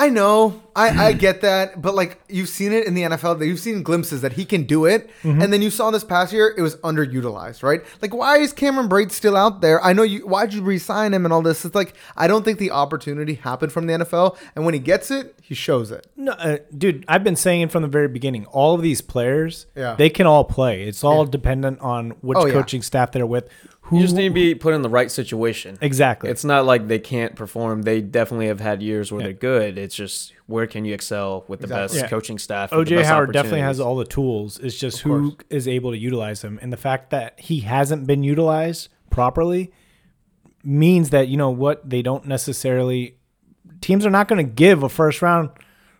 Speaker 1: I know. I, I get that. But like you've seen it in the NFL, that you've seen glimpses that he can do it. And then you saw this past year, it was underutilized, right? Like why is Cameron Braid still out there? I know you why'd you resign him and all this? It's like I don't think the opportunity happened from the NFL. And when he gets it, he shows it.
Speaker 3: No, uh, dude, I've been saying it from the very beginning. All of these players,
Speaker 1: Yeah.
Speaker 3: they can all play. It's all dependent on which
Speaker 1: Oh, yeah.
Speaker 3: coaching staff they're with. Who
Speaker 2: You just need to be put in the right situation.
Speaker 3: exactly?
Speaker 2: It's not like they can't perform. They definitely have had years where they're good. It's just where can you excel with the best
Speaker 3: Yeah.
Speaker 2: coaching staff? and the
Speaker 3: OJ
Speaker 2: best
Speaker 3: Howard definitely has
Speaker 2: opportunities.
Speaker 3: all the tools. It's just who is able to utilize them, and the fact that he hasn't been utilized properly means that you know what they don't necessarily. Teams are not going to give a first round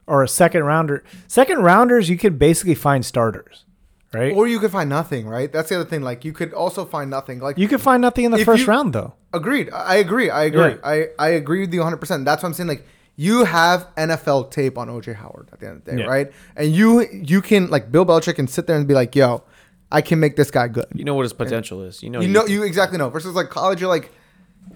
Speaker 3: or a second rounder. Second rounders, you can basically find starters, right?
Speaker 1: Or you could find nothing, right? That's the other thing. Like you could also find nothing. Like
Speaker 3: you can find nothing in the
Speaker 1: If
Speaker 3: first
Speaker 1: you-
Speaker 3: round though.
Speaker 1: agreed. I I agree. I agree.
Speaker 3: Yeah.
Speaker 1: I, I agree with you 100. percent That's what I'm saying. Like you have NFL tape on OJ Howard at the end of the day,
Speaker 3: Yeah.
Speaker 1: right? And you you can like Bill Belichick can sit there and be like, "Yo, I can make this guy good."
Speaker 2: You know what his potential is. You know.
Speaker 1: You know, you exactly know. Versus like college, you're like,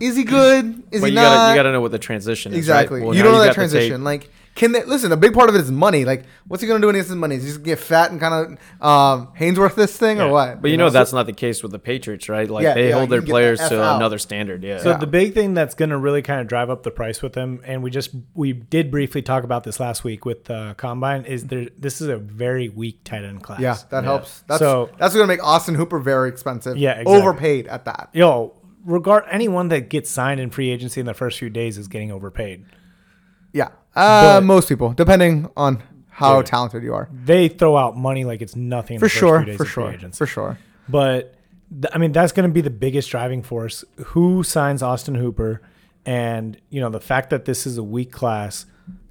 Speaker 1: "Is he good? Is
Speaker 2: But
Speaker 1: he
Speaker 2: you
Speaker 1: not?"
Speaker 2: gotta you gotta know what the transition is. right?
Speaker 1: Exactly.
Speaker 2: Well,
Speaker 1: you
Speaker 2: now
Speaker 1: don't know that
Speaker 2: got the tape.
Speaker 1: transition. Like, can they listen? A big part of it is money. Like, what's he gonna do when he gets his money? Is he just gonna get fat and kind of um, Hainsworth this thing or what?
Speaker 2: But you know that's not the case with the Patriots, right? Like
Speaker 1: Yeah,
Speaker 2: they
Speaker 1: yeah,
Speaker 2: hold
Speaker 1: you
Speaker 2: their
Speaker 1: can get the
Speaker 2: players
Speaker 1: F
Speaker 2: to
Speaker 1: out.
Speaker 2: another standard. Yeah.
Speaker 3: So the big thing that's going to really kind of drive up the price with them, and we just we did briefly talk about this last week with uh, combine, is there this is a very weak tight end class.
Speaker 1: Yeah, that helps. That's
Speaker 3: So-
Speaker 1: that's gonna make Austin Hooper very expensive.
Speaker 3: Yeah, exactly.
Speaker 1: overpaid at that.
Speaker 3: yo, regard anyone that gets signed in free agency in the first few days is getting overpaid.
Speaker 1: Yeah. Uh,
Speaker 3: But-
Speaker 1: most people, depending on how
Speaker 2: Yeah.
Speaker 1: talented you are.
Speaker 3: They throw out money like it's nothing in
Speaker 1: For
Speaker 3: the first
Speaker 1: sure.
Speaker 3: few days
Speaker 1: For
Speaker 3: of free
Speaker 1: sure.
Speaker 3: agency.
Speaker 1: For sure.
Speaker 3: But th- I mean, that's going to be the biggest driving force. Who signs Austin Hooper? And you know, the fact that this is a weak class,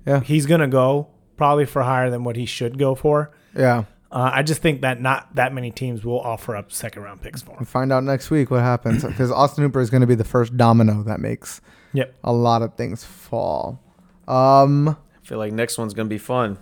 Speaker 1: Yeah.
Speaker 3: he's going to go probably for higher than what he should go for.
Speaker 1: Yeah.
Speaker 3: Uh, I just think that not that many teams will offer up second round picks for him.
Speaker 1: We'll find out next week what happens because Austin Hooper is going to be the first domino that makes
Speaker 3: Yep.
Speaker 1: a lot of things fall. Um,
Speaker 2: I feel like next one's gonna be fun.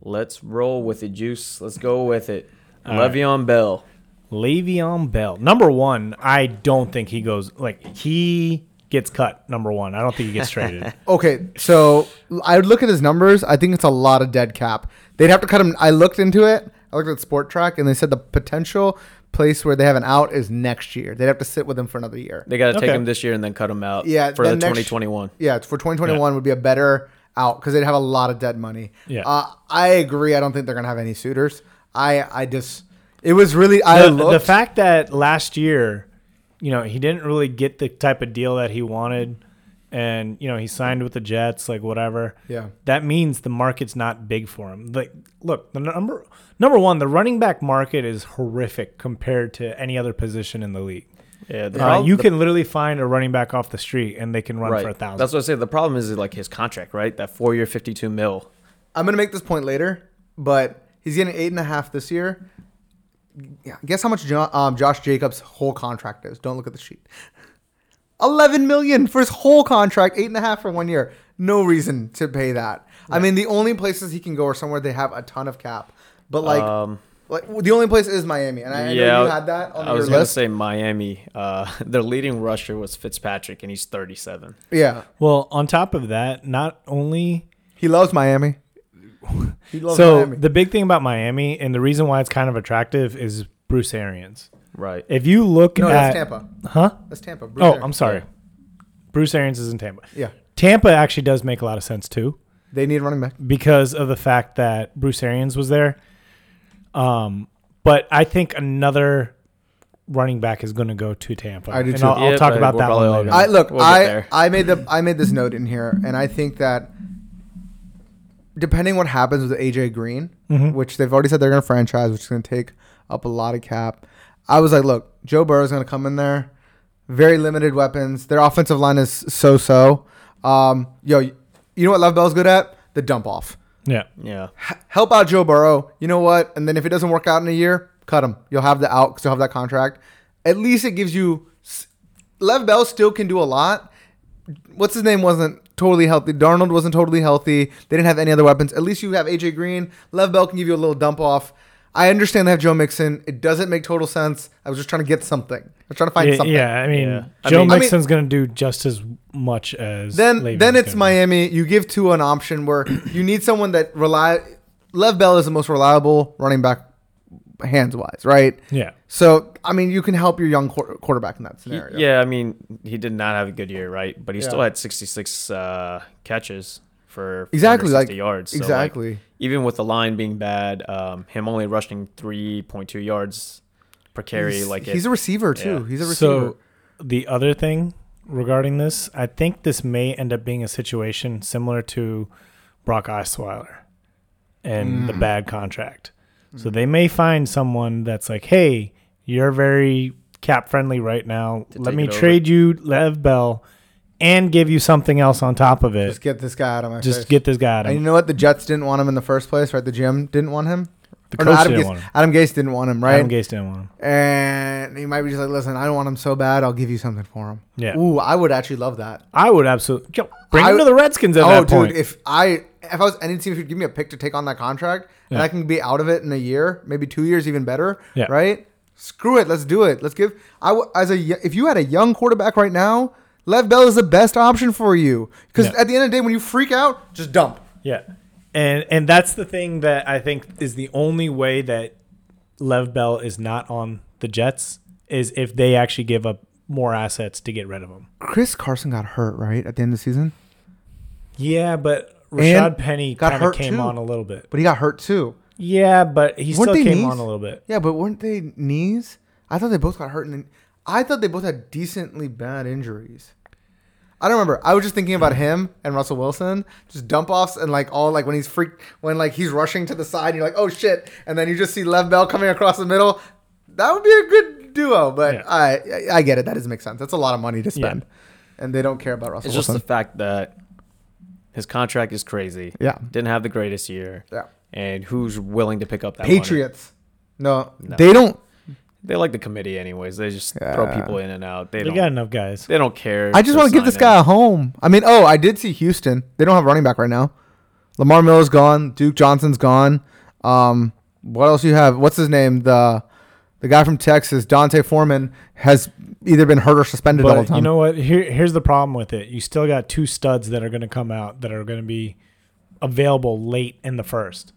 Speaker 2: Let's roll with it, Juice. Let's go with it.
Speaker 3: All right.
Speaker 2: Le'Veon Bell.
Speaker 3: Le'Veon Bell, number one. I don't think he goes like he gets cut. Number one. I don't think he gets traded.
Speaker 1: okay, so I would look at his numbers. I think it's a lot of dead cap. They'd have to cut him. I looked into it. I looked at Sport Track, and they said the potential place where they have an out is next year. They'd have to sit with him for another year.
Speaker 2: They gotta take
Speaker 3: Okay.
Speaker 2: him this year and then cut him out.
Speaker 1: Yeah,
Speaker 2: for the
Speaker 1: then next-
Speaker 2: 2021.
Speaker 1: Yeah, for 2021 would be a better out because they'd have a lot of dead money.
Speaker 3: Yeah.
Speaker 1: uh, I agree. I don't think they're gonna have any suitors. I I just it was really I
Speaker 3: the,
Speaker 1: looked.
Speaker 3: the fact that last year, you know, he didn't really get the type of deal that he wanted, and you know, he signed with the Jets, like whatever.
Speaker 1: Yeah.
Speaker 3: that means the market's not big for him. Like, look, the number number one, the running back market is horrific compared to any other position in the league.
Speaker 2: Yeah, the
Speaker 3: Uh, you can literally find a running back off the street, and they can run
Speaker 2: right.
Speaker 3: for a thousand.
Speaker 2: That's what I say. The problem is like his contract, right? That four year, 52 mil.
Speaker 1: I'm gonna make this point later, but he's getting eight and a half this year. Yeah, guess how much jo- um, Josh Jacobs' whole contract is? Don't look at the sheet. Eleven million for his whole contract, eight and a half for one year. No reason to pay that. I mean, the only places he can go are somewhere they have a ton of cap. But like,
Speaker 2: Um,
Speaker 1: like the only place is Miami, and I, I know you had that on
Speaker 2: I
Speaker 1: your
Speaker 2: was gonna
Speaker 1: list.
Speaker 2: say Miami. Uh, their leading rusher was Fitzpatrick, and he's 37.
Speaker 1: yeah,
Speaker 3: well, on top of that, not only
Speaker 1: he loves Miami. He loves
Speaker 3: so
Speaker 1: Miami.
Speaker 3: the big thing about Miami, and the reason why it's kind of attractive is Bruce Arians.
Speaker 2: Right.
Speaker 3: If you look
Speaker 1: no,
Speaker 3: at
Speaker 1: that's Tampa.
Speaker 3: Huh?
Speaker 1: That's Tampa. Bruce
Speaker 3: Oh,
Speaker 1: Arians.
Speaker 3: I'm sorry. Bruce Arians is in Tampa.
Speaker 1: Yeah,
Speaker 3: Tampa actually does make a lot of sense too
Speaker 1: they need a running back.
Speaker 3: because of the fact that Bruce Arians was there. Um, but I think another running back is going to go to Tampa.
Speaker 1: I do
Speaker 3: and
Speaker 1: too.
Speaker 3: I'll, I'll
Speaker 2: Yeah,
Speaker 3: talk
Speaker 2: but
Speaker 3: about
Speaker 2: we're
Speaker 3: that
Speaker 2: probably
Speaker 3: one
Speaker 2: all
Speaker 3: later.
Speaker 2: gonna-
Speaker 1: I look,
Speaker 2: We'll get
Speaker 1: I
Speaker 2: there.
Speaker 1: I made the I made this note in here, and I think that depending what happens with AJ Green,
Speaker 2: Mm-hmm.
Speaker 1: which they've already said they're going to franchise, which is going to take up a lot of cap. I was like, look, Joe Burrow is going to come in there, very limited weapons. Their offensive line is so so. Um, yo, you know what Love Bell's good at? The dump off.
Speaker 3: yeah.
Speaker 2: Yeah.
Speaker 1: H- help out Joe Burrow. You know what? And then if it doesn't work out in a year, cut him. You'll have the out because you'll have that contract. At least it gives you. s- Lev Bell still can do a lot. What's his name wasn't totally healthy. Darnold wasn't totally healthy. They didn't have any other weapons. At least you have AJ Green. Lev Bell can give you a little dump off. I understand they have Joe Mixon. It doesn't make total sense. I was just trying to get something. I was trying to find
Speaker 3: Yeah,
Speaker 1: something.
Speaker 3: yeah, I mean,
Speaker 2: Yeah. I
Speaker 3: Joe
Speaker 2: mean-
Speaker 1: I mean-
Speaker 3: Mixon's going to do just as much as
Speaker 1: then
Speaker 3: Le'Veon's
Speaker 1: then it's
Speaker 3: gonna do.
Speaker 1: Miami. You give Tua an option where you need someone that rely. Lev Bell is the most reliable running back, hands wise, right?
Speaker 3: Yeah.
Speaker 1: So I mean, you can help your young quar- quarterback in that
Speaker 2: He-
Speaker 1: scenario.
Speaker 2: yeah, I mean, he did not have a good year, right? But he
Speaker 1: Yeah.
Speaker 2: still had 66 uh, catches for
Speaker 1: Exactly,
Speaker 2: 160
Speaker 1: like-
Speaker 2: yards. So, like,
Speaker 1: exactly.
Speaker 2: even with the line being bad, um, him only rushing 3.2 yards per carry,
Speaker 1: he's,
Speaker 2: like
Speaker 1: he's
Speaker 2: it,
Speaker 1: a receiver too.
Speaker 2: yeah.
Speaker 1: He's a receiver.
Speaker 3: So uh, the other thing regarding this, I think this may end up being a situation similar to Brock Osweiler and
Speaker 1: Hmm.
Speaker 3: the bad contract. So they may find someone that's like, "Hey, you're very cap friendly right now. Let
Speaker 2: take
Speaker 3: me
Speaker 2: it over."
Speaker 3: trade you Lev Bell and give you something else on top of it.
Speaker 1: Just get this guy out of my
Speaker 3: Just
Speaker 1: face.
Speaker 3: get this guy out of
Speaker 1: and you know what? The Jets didn't want him in the first place, right? The GM didn't want him.
Speaker 3: The
Speaker 1: Or no,
Speaker 3: coach
Speaker 1: Adam
Speaker 3: didn't
Speaker 1: Gase,
Speaker 3: want him.
Speaker 1: Adam Gase didn't want him, right?
Speaker 3: Adam Gase didn't want him.
Speaker 1: and he might be just like, listen, I don't want him so bad. I'll give you something for him.
Speaker 3: Yeah.
Speaker 1: Ooh, I would actually love that.
Speaker 3: I would absolutely yo, bring
Speaker 1: I- Oh,
Speaker 3: him to the Redskins at that point.
Speaker 1: if I if I was any team, if you'd give me a pick to take on that contract, and
Speaker 3: Yeah.
Speaker 1: I can be out of it in a year, maybe two years, even better.
Speaker 3: Yeah.
Speaker 1: Right? Screw it. Let's do it. Let's give. I w- as a y- if you had a young quarterback right now, Lev Bell is the best option for you because
Speaker 3: Yeah.
Speaker 1: at the end of the day, when you freak out, just dump.
Speaker 3: Yeah. And and that's the thing that I think is the only way that Lev Bell is not on the Jets is if they actually give up more assets to get rid of him.
Speaker 1: Chris Carson got hurt right at the end of the season,
Speaker 3: Yeah, but Rashad
Speaker 1: And
Speaker 3: Penny
Speaker 1: got
Speaker 3: kind of
Speaker 1: hurt
Speaker 3: came
Speaker 1: too.
Speaker 3: on a little bit.
Speaker 1: but he got hurt too.
Speaker 3: Yeah, but he
Speaker 1: Weren't
Speaker 3: still
Speaker 1: they
Speaker 3: came
Speaker 1: knees?
Speaker 3: on a little bit.
Speaker 1: Yeah, but weren't they knees? I thought they both got hurt, and I thought they both had decently bad injuries. I don't remember. I was just thinking about him and Russell Wilson, just dump offs and like all like when he's freaked when like he's rushing to the side, you're like, oh shit, and then you just see Lev Bell coming across the middle. That would be a good duo, but
Speaker 3: Yeah.
Speaker 1: I I- I get it. That doesn't make sense. That's a lot of money to spend, and they don't care about Russell
Speaker 2: It's just
Speaker 1: Wilson.
Speaker 2: the fact that his contract is crazy.
Speaker 1: Yeah.
Speaker 2: Didn't have the greatest year.
Speaker 1: Yeah.
Speaker 2: And who's willing to pick up that money?
Speaker 1: Patriots. No, they don't.
Speaker 2: They like the committee anyways. They just
Speaker 1: Yeah.
Speaker 2: throw people in and out. They,
Speaker 3: They
Speaker 2: don't
Speaker 3: got enough guys.
Speaker 2: they don't care.
Speaker 1: I just
Speaker 2: They'll
Speaker 1: want to give this
Speaker 2: sign
Speaker 1: guy
Speaker 2: him.
Speaker 1: a home. I mean, oh, I did see Houston. They don't have a running back right now. Lamar Miller's gone. Duke Johnson's gone. Um, what else you have? What's his name? The the guy from Texas, Dante Foreman, has either been hurt or suspended all the
Speaker 3: But
Speaker 1: time.
Speaker 3: you know what? Here, here's the problem with it. You still got two studs that are going to come out that are going to be available late in the first.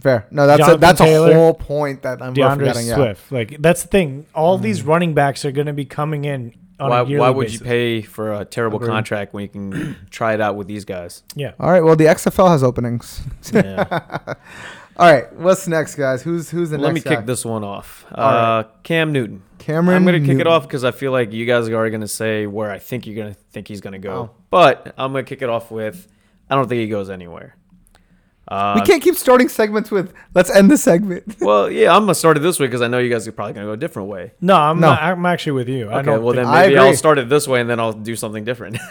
Speaker 1: Fair. No, that's a,
Speaker 3: Jonathan
Speaker 1: that's
Speaker 3: Taylor,
Speaker 1: a whole point that I'm
Speaker 3: DeAndre
Speaker 1: forgetting. Yeah. Mm.
Speaker 3: Swift. Like that's the thing. All these running backs are going to be coming in on
Speaker 2: Why,
Speaker 3: a yearly
Speaker 2: why would you
Speaker 3: basis.
Speaker 2: pay for a terrible
Speaker 1: Agreed.
Speaker 2: contract when you can try it out with these guys?
Speaker 3: Yeah.
Speaker 1: All right. Well, the XFL has openings.
Speaker 2: Yeah.
Speaker 1: all right. What's next, guys? Who's who's the
Speaker 2: Let me
Speaker 1: next?
Speaker 2: kick
Speaker 1: guy?
Speaker 2: this one off. Uh,
Speaker 1: All
Speaker 2: Cam Newton.
Speaker 1: Cameron.
Speaker 2: I'm gonna kick it
Speaker 1: Newton.
Speaker 2: off because I feel like you guys are already gonna say where I think you're gonna think he's gonna go.
Speaker 1: Oh.
Speaker 2: But I'm gonna kick it off with I don't think he goes anywhere. Uh,
Speaker 1: we can't keep starting segments with "Let's end the segment."
Speaker 2: Well, yeah, I'm gonna start it this way because I know you guys are probably gonna go a different way.
Speaker 3: No, I'm
Speaker 1: No.
Speaker 3: Not, I'm actually with you. I
Speaker 2: Okay,
Speaker 3: don't
Speaker 2: well then
Speaker 3: think,
Speaker 1: I
Speaker 2: maybe I'll
Speaker 1: agree.
Speaker 2: start it this way and then I'll do something different.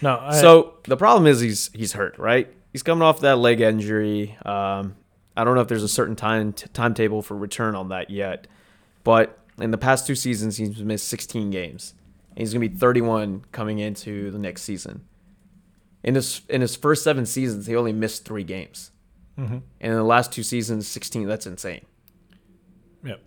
Speaker 3: no. I,
Speaker 2: so the problem is he's he's hurt, right? He's coming off that leg injury. Um, I don't know if there's a certain time t- timetable for return on that yet, but in the past two seasons he's missed 16 games. And he's gonna be 31 coming into the next season. In his in his first seven seasons, he only missed three games,
Speaker 3: Mhm.
Speaker 2: and in the last two seasons, 16. That's insane.
Speaker 3: Yep.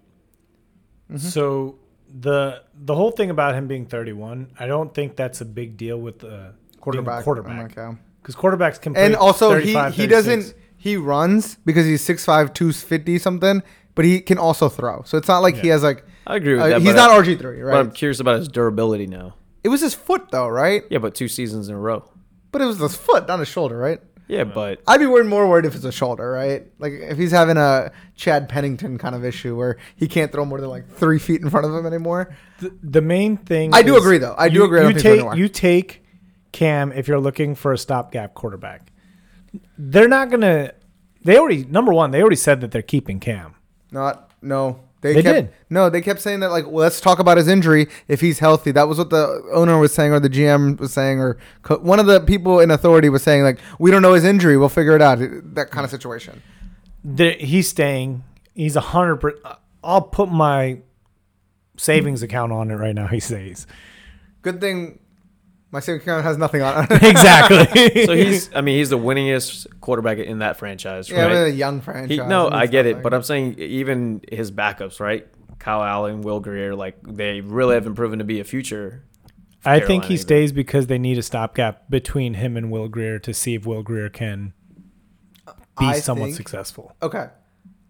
Speaker 1: Mm-hmm.
Speaker 3: So the the whole thing about him being 31, I don't think that's a big deal with the
Speaker 1: Quarterback.
Speaker 3: quarterback.
Speaker 1: I'm like, oh.
Speaker 3: because quarterbacks can play
Speaker 1: and also he
Speaker 3: 35,
Speaker 1: he
Speaker 3: 36.
Speaker 1: doesn't he runs because he's 6'5", 250 something, but he can also throw. So it's not like he
Speaker 3: Yeah.
Speaker 1: has like
Speaker 2: I agree with
Speaker 1: uh,
Speaker 2: that.
Speaker 1: he's
Speaker 2: but
Speaker 1: not
Speaker 2: I-
Speaker 1: RG three,
Speaker 2: But I'm
Speaker 1: right?
Speaker 2: curious about his durability now.
Speaker 1: It was his foot though, right?
Speaker 2: Yeah, but two seasons in a row.
Speaker 1: But it was his foot, not his shoulder, right?
Speaker 2: Yeah, but
Speaker 1: I'd be worried more worried if it's a shoulder, right? Like if he's having a Chad Pennington kind of issue where he can't throw more than like three feet in front of him anymore.
Speaker 3: The, the main thing.
Speaker 1: I do
Speaker 3: is
Speaker 1: agree, though. I do
Speaker 3: you-
Speaker 1: agree I
Speaker 3: You
Speaker 1: don't think he's
Speaker 3: take
Speaker 1: anywhere.
Speaker 3: you take Cam if you're looking for a stopgap quarterback. They're not gonna. They already number one. They already said that they're keeping Cam.
Speaker 1: Not no. They,
Speaker 3: They
Speaker 1: kept,
Speaker 3: did.
Speaker 1: No, they kept saying that like well, let's talk about his injury if he's healthy. That was what the owner was saying or the GM was saying or co- one of the people in authority was saying like we don't know his injury, we'll figure it out. That kind of situation.
Speaker 3: They're, he's staying. He's a hundred. per- I'll put my savings account on it right now. He stays.
Speaker 1: Good thing my saving account has nothing on it.
Speaker 3: exactly.
Speaker 2: so he's I mean he's the winningest quarterback in that franchise,
Speaker 1: yeah, we're a
Speaker 2: right?
Speaker 1: young
Speaker 2: He-
Speaker 1: franchise.
Speaker 2: no,
Speaker 1: means
Speaker 2: I get it,
Speaker 1: nothing.
Speaker 2: but I'm saying e, even his backups, right? Kyle Allen, Will Greer, like they really haven't proven to be a future. for
Speaker 3: I think
Speaker 2: Carolina
Speaker 3: he
Speaker 2: either.
Speaker 3: stays because they need a stopgap between him and Will Greer to see if Will Greer can be
Speaker 1: I
Speaker 3: somewhat
Speaker 1: think-
Speaker 3: successful.
Speaker 1: Okay.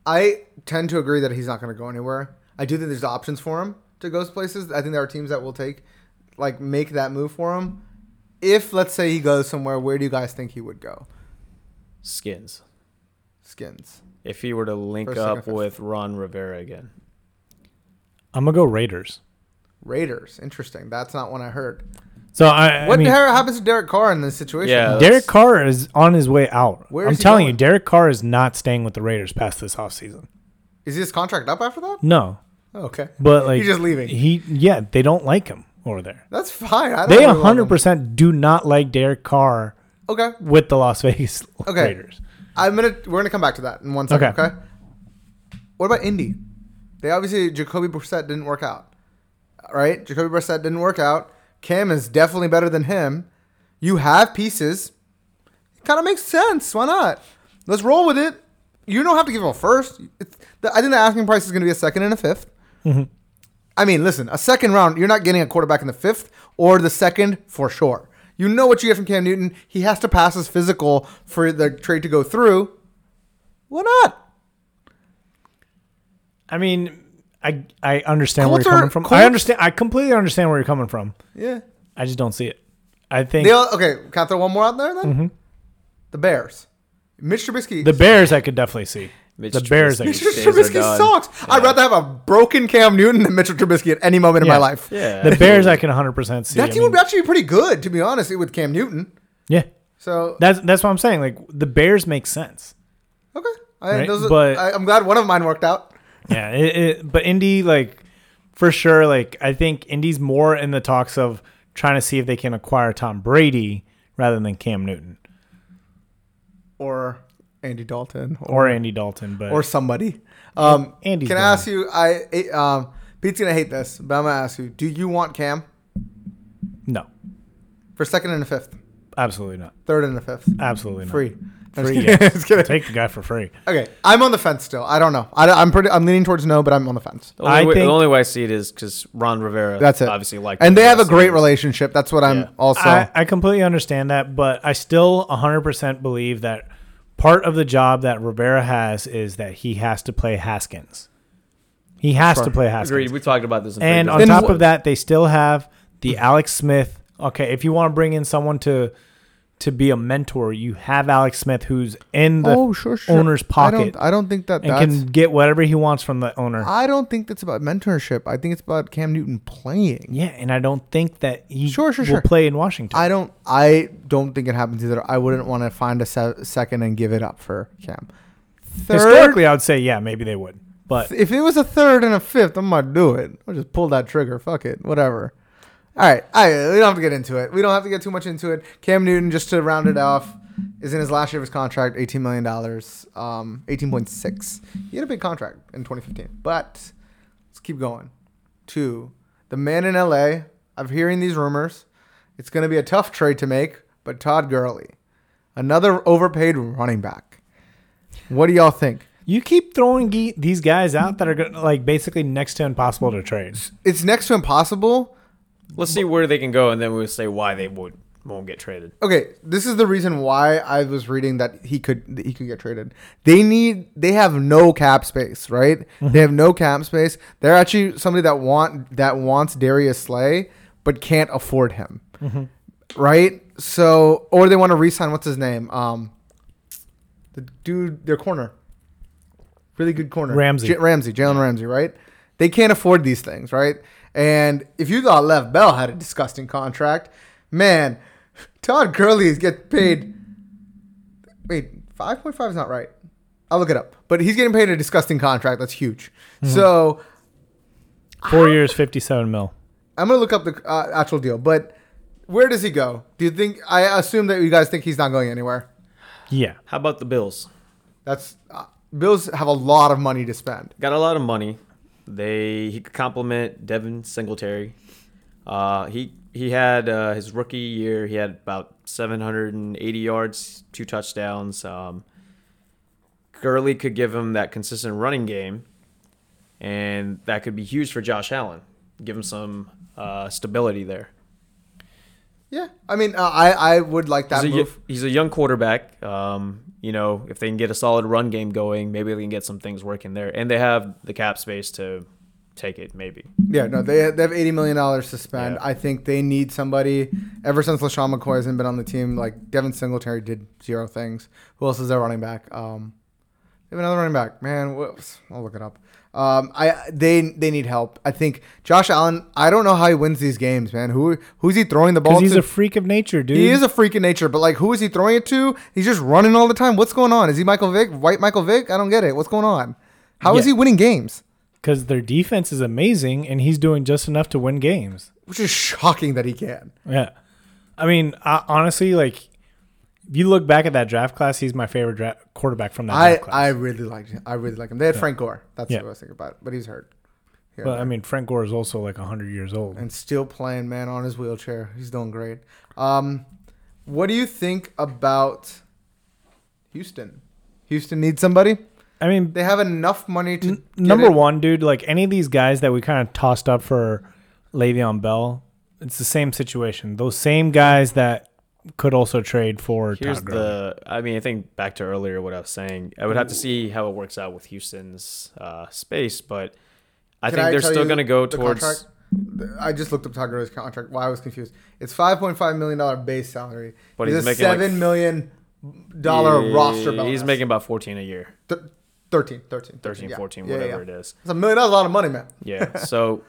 Speaker 1: I tend to agree that he's not going to go anywhere. I do think there's options for him to go places. I think there are teams that will take, like, make that move for him. If, let's say, he goes somewhere, where do you guys think he would go?
Speaker 2: Skins.
Speaker 1: Skins.
Speaker 2: If he were to link
Speaker 1: First,
Speaker 2: up
Speaker 1: second,
Speaker 2: with Ron Rivera again,
Speaker 3: I'm gonna go Raiders.
Speaker 1: Raiders. Interesting. That's not one I heard.
Speaker 3: So I, I
Speaker 1: What
Speaker 3: mean,
Speaker 1: the hell happens to Derek Carr in this situation?
Speaker 2: Yeah.
Speaker 3: Derek Carr is on his way out.
Speaker 1: Where
Speaker 3: I'm
Speaker 1: is he
Speaker 3: telling you,
Speaker 1: going?
Speaker 3: Derek Carr is not staying with the Raiders past this offseason.
Speaker 1: Is his contract up after that?
Speaker 3: No,
Speaker 1: Oh, okay.
Speaker 3: but like
Speaker 1: He's just leaving.
Speaker 3: He yeah, they don't like him over there.
Speaker 1: That's fine. I don't
Speaker 3: They
Speaker 1: really like
Speaker 3: 100
Speaker 1: him.
Speaker 3: percent do not like Derek Carr
Speaker 1: Okay.
Speaker 3: with the Las Vegas
Speaker 1: Okay.
Speaker 3: Raiders.
Speaker 1: I'm gonna we're gonna come back to that in one second.
Speaker 3: Okay.
Speaker 1: Okay. What about Indy? They obviously Jacoby Brissett didn't work out, right? Jacoby Brissett didn't work out. Cam is definitely better than him. You have pieces. It kind of makes sense. Why not? Let's roll with it. You don't have to give him a first. It's, the, I think the asking price is going to be a second and a 5th I mean, listen, a second round, you're not getting a quarterback in the fifth or the second for sure. You know what you get from Cam Newton. He has to pass his physical for the trade to go through. Why not?
Speaker 3: I mean, I I understand where
Speaker 1: Colts
Speaker 3: you're
Speaker 1: are-
Speaker 3: coming from.
Speaker 1: Colts-
Speaker 3: I understand. I completely understand where you're coming from.
Speaker 1: Yeah.
Speaker 3: I just don't see it. I think
Speaker 1: They all, okay,
Speaker 3: Mm-hmm.
Speaker 1: can I throw one more out there then? The Bears. Mitch Trubisky.
Speaker 3: the Bears I could definitely see.
Speaker 2: Mitch
Speaker 3: The Bears, I guess.
Speaker 1: Mitchell
Speaker 2: days are
Speaker 1: Trubisky
Speaker 2: done.
Speaker 1: sucks. I'd
Speaker 2: Yeah.
Speaker 1: rather have a broken Cam Newton than Mitchell Trubisky at any moment in
Speaker 3: Yeah.
Speaker 1: my life.
Speaker 2: Yeah,
Speaker 3: The Bears, I can 100% see.
Speaker 1: That
Speaker 3: I
Speaker 1: team
Speaker 3: mean,
Speaker 1: would actually be pretty good, to be honest, with Cam Newton.
Speaker 3: yeah,
Speaker 1: So
Speaker 3: that's that's what I'm saying. Like the Bears make sense.
Speaker 1: okay, I,
Speaker 3: Right,
Speaker 1: those are-
Speaker 3: but-
Speaker 1: I, I'm glad one of mine worked out.
Speaker 3: yeah, it, it, but Indy, like for sure, like I think Indy's more in the talks of trying to see if they can acquire Tom Brady rather than Cam Newton
Speaker 1: Or Andy Dalton,
Speaker 3: or Andy Dalton. But
Speaker 1: Mm-hmm. or somebody. Um,
Speaker 3: Andy's
Speaker 1: can
Speaker 3: gone.
Speaker 1: I ask you? I eh, um, Pete's gonna hate this, but I'm gonna ask you: Do you want Cam
Speaker 3: no,
Speaker 1: for second and a fifth,
Speaker 3: absolutely not.
Speaker 1: third and a fifth,
Speaker 3: Absolutely not.
Speaker 1: free?
Speaker 3: Free,
Speaker 1: I'm
Speaker 3: yes.
Speaker 1: just kidding.
Speaker 3: Take the guy for free.
Speaker 1: Okay, I'm on the fence still. I don't know. I, I'm pretty. I'm leaning towards no, but I'm on the fence.
Speaker 2: The only,
Speaker 3: I
Speaker 2: way,
Speaker 3: think-
Speaker 2: the only way I see it is because Ron Rivera.
Speaker 1: That's it.
Speaker 2: Obviously, like,
Speaker 1: and they have a great relationship. That's what I'm
Speaker 2: Yeah.
Speaker 1: also.
Speaker 3: I, I completely understand that, but I still 100% believe that part of the job that Rivera has is that he has to play Haskins. He has
Speaker 1: Sure.
Speaker 3: to play Haskins.
Speaker 2: Agreed. We talked about this. In
Speaker 3: And
Speaker 2: previous
Speaker 3: on
Speaker 1: Then
Speaker 3: top
Speaker 1: wh-
Speaker 3: of that, they still have the Alex Smith. Okay, if you want to bring in someone to to be a mentor, you have Alex Smith who's in the owner's
Speaker 1: Oh, I
Speaker 3: pocket
Speaker 1: don't, I don't think that
Speaker 3: and
Speaker 1: that's.
Speaker 3: can get whatever he wants from the owner.
Speaker 1: I don't think that's about mentorship. I think it's about Cam Newton playing.
Speaker 3: yeah, and I don't think that he
Speaker 1: Sure, sure,
Speaker 3: will
Speaker 1: sure.
Speaker 3: play in Washington.
Speaker 1: I don't. I don't think it happens either. I wouldn't want to find a se- second and give it up for Cam. Third,
Speaker 3: Historically, I would say yeah, maybe they would. But
Speaker 1: if it was a third and a fifth, I'm gonna do it. I'll just pull that trigger. Fuck it, whatever. All right, I we don't have to get into it. We don't have to get too much into it. Cam Newton, just to round it off, is in his last year of his contract, eighteen million dollars, um, eighteen point six. He had a big contract in 2015, but let's keep going. Two, the man in LA. I'm hearing these rumors. It's going to be a tough trade to make, but Todd Gurley, another overpaid running back. What do y'all think?
Speaker 3: You keep throwing ge- these guys out that are gonna, like basically next to impossible to trade.
Speaker 1: It's next to impossible.
Speaker 2: Let's see where they can go, and then we'll say why they would won't get traded.
Speaker 1: okay this is the reason why i was reading that he could that he could get traded they need they have no cap space right they have no cap space they're actually somebody that want that wants darius slay but can't afford him right so or they want to re-sign what's his name um the dude their corner really good corner
Speaker 3: Ramsey.
Speaker 1: J- ramsey jalen ramsey right they can't afford these things right and if you thought lev bell had a disgusting contract man todd Gurley is getting paid wait 5.5 is not right i'll look it up but he's getting paid a disgusting contract that's huge so
Speaker 3: Four years, fifty-seven mil.
Speaker 1: i'm gonna look up the uh, actual deal but where does he go do you think i assume that you guys think he's not going anywhere
Speaker 3: Yeah,
Speaker 2: How about the Bills?
Speaker 1: that's uh, bills have a lot of money to spend
Speaker 2: Got a lot of money. They he could compliment Devin Singletary. Uh, he he had uh, his rookie year. He had about 780 yards, two touchdowns. Um, Gurley could give him that consistent running game, and that could be huge for Josh Allen. Give him some uh, stability there.
Speaker 1: Yeah, I mean, uh, I I would like that
Speaker 2: he's, a,
Speaker 1: move.
Speaker 2: y- he's a young quarterback. Um, you know, if they can get a solid run game going, maybe they can get some things working there. And they have the cap space to take it, maybe.
Speaker 1: yeah, no, they they have eighty million dollars to spend.
Speaker 2: Yeah.
Speaker 1: I think they need somebody. Ever since LaShawn McCoy hasn't been on the team, like Devin Singletary did zero things. Who else is their running back? Um, they have another running back. Man, what, I'll look it up. Um, I they they need help. I think Josh Allen. I don't know how he wins these games, man. Who who's he throwing the ball
Speaker 3: because he's
Speaker 1: to?
Speaker 3: a freak of nature, dude.
Speaker 1: he is a freak in nature, but like, who is he throwing it to? He's just running all the time. What's going on? Is he Michael Vick? White Michael Vick? I don't get it. What's going on? How is he
Speaker 3: Yeah.
Speaker 1: winning games?
Speaker 3: because their defense is amazing, and he's doing just enough to win games.
Speaker 1: which is shocking that he can.
Speaker 3: Yeah, I mean, I, honestly, like if you look back at that draft class, he's my favorite draft quarterback from that
Speaker 1: I,
Speaker 3: draft class.
Speaker 1: I really liked him. I really like him. They had Frank Gore. That's
Speaker 3: Yeah.
Speaker 1: what I was thinking about. But he's hurt. Yeah.
Speaker 3: but I mean, Frank Gore is also like hundred years old.
Speaker 1: and still playing, man, on his wheelchair. He's doing great. Um, what do you think about Houston? Houston needs somebody.
Speaker 3: I mean,
Speaker 1: They have enough money to get
Speaker 3: number
Speaker 1: it.
Speaker 3: one, dude, like any of these guys that we kind of tossed up for Le'Veon Bell, it's the same situation. Those same guys that could also trade for
Speaker 2: Here's
Speaker 3: Todd Gurley.
Speaker 2: the. I mean, I think back to earlier what I was saying. I would have to see how it works out with Houston's uh, space, but I
Speaker 1: Can
Speaker 2: think
Speaker 1: I
Speaker 2: they're
Speaker 1: tell
Speaker 2: still
Speaker 1: you
Speaker 2: going to go
Speaker 1: the
Speaker 2: towards.
Speaker 1: contract? I just looked up Todd Gurley's contract. Why I was confused. It's five point five million dollar base salary.
Speaker 2: But
Speaker 1: he's,
Speaker 2: he's
Speaker 1: a
Speaker 2: making like-
Speaker 1: seven million dollar roster
Speaker 2: He's
Speaker 1: bonus.
Speaker 2: making about 14 a year.
Speaker 1: Th- 13, 13,
Speaker 2: 13,
Speaker 1: yeah.
Speaker 2: 14,
Speaker 1: Yeah, yeah, yeah.
Speaker 2: whatever it is.
Speaker 1: It's a million. That's a lot of money, man.
Speaker 2: Yeah. So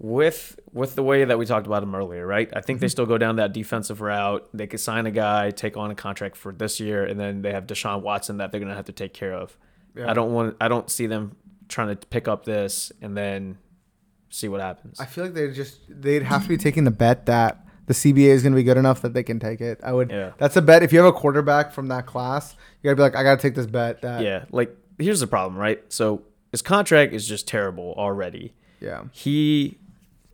Speaker 2: with with the way that we talked about him earlier, right? I
Speaker 1: Mm-hmm.
Speaker 2: think they still go down that defensive route. They could sign a guy, take on a contract for this year, and then they have Deshaun Watson that they're gonna have to take care of.
Speaker 1: Yeah.
Speaker 2: I don't want I don't see them trying to pick up this and then see what happens.
Speaker 1: I feel like they just they'd have to be taking the bet that the CBA is going to be good enough that they can take it. I would.
Speaker 2: Yeah.
Speaker 1: That's a bet. If you have a quarterback from that class, you got to be like, I got to take this bet. That
Speaker 2: yeah. Like here's the problem, right? So his contract is just terrible already.
Speaker 1: yeah.
Speaker 2: He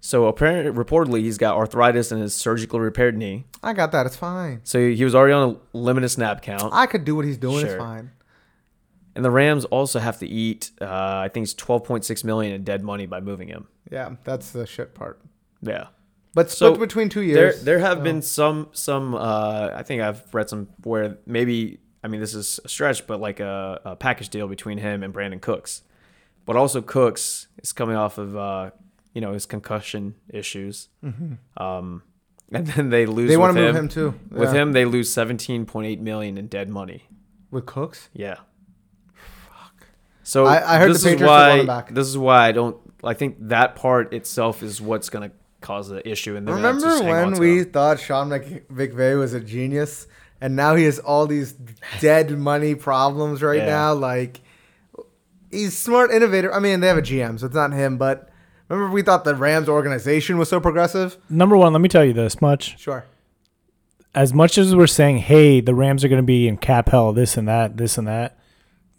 Speaker 2: so apparently reportedly he's got arthritis in his surgically repaired knee.
Speaker 1: I got that. It's fine.
Speaker 2: So he was already on a limited snap count.
Speaker 1: I could do what he's doing. It's
Speaker 2: Sure.
Speaker 1: fine.
Speaker 2: And the Rams also have to eat, uh, I think it's 12.6 million in dead money by moving him.
Speaker 1: Yeah, that's the shit part.
Speaker 2: Yeah.
Speaker 1: But
Speaker 2: So,
Speaker 1: split between two
Speaker 2: There,
Speaker 1: years.
Speaker 2: there have been some, some. Uh, I think I've read some where maybe, I mean, this is a stretch, but like a, a package deal between him and Brandon Cooks. But also Cooks is coming off of, uh, you know, his concussion issues. Um, and then they lose.
Speaker 1: Mm-hmm. They
Speaker 2: want
Speaker 1: want to move him too.
Speaker 2: With
Speaker 1: Yeah.
Speaker 2: him, they lose 17.8 million in dead money.
Speaker 1: with Cooks.
Speaker 2: Yeah. Fuck. So
Speaker 1: I- I heard the
Speaker 2: this
Speaker 1: Patriots
Speaker 2: is
Speaker 1: would
Speaker 2: why
Speaker 1: want him back.
Speaker 2: this is why I don't. I think that part itself is what's gonna cause the issue. And they're gonna have to
Speaker 1: Remember
Speaker 2: just hang on
Speaker 1: when
Speaker 2: to
Speaker 1: we
Speaker 2: him.
Speaker 1: thought Sean Mc- McVay was a genius, and now he has all these dead money problems right
Speaker 2: Yeah.
Speaker 1: now? Like, he's smart, innovator. I mean, they have a GM, so it's not him. But remember, we thought the Rams organization was so progressive.
Speaker 3: Number one, let me tell you this much.
Speaker 1: Sure.
Speaker 3: As much as we're saying, hey, the Rams are going to be in cap hell, this and that, this and that,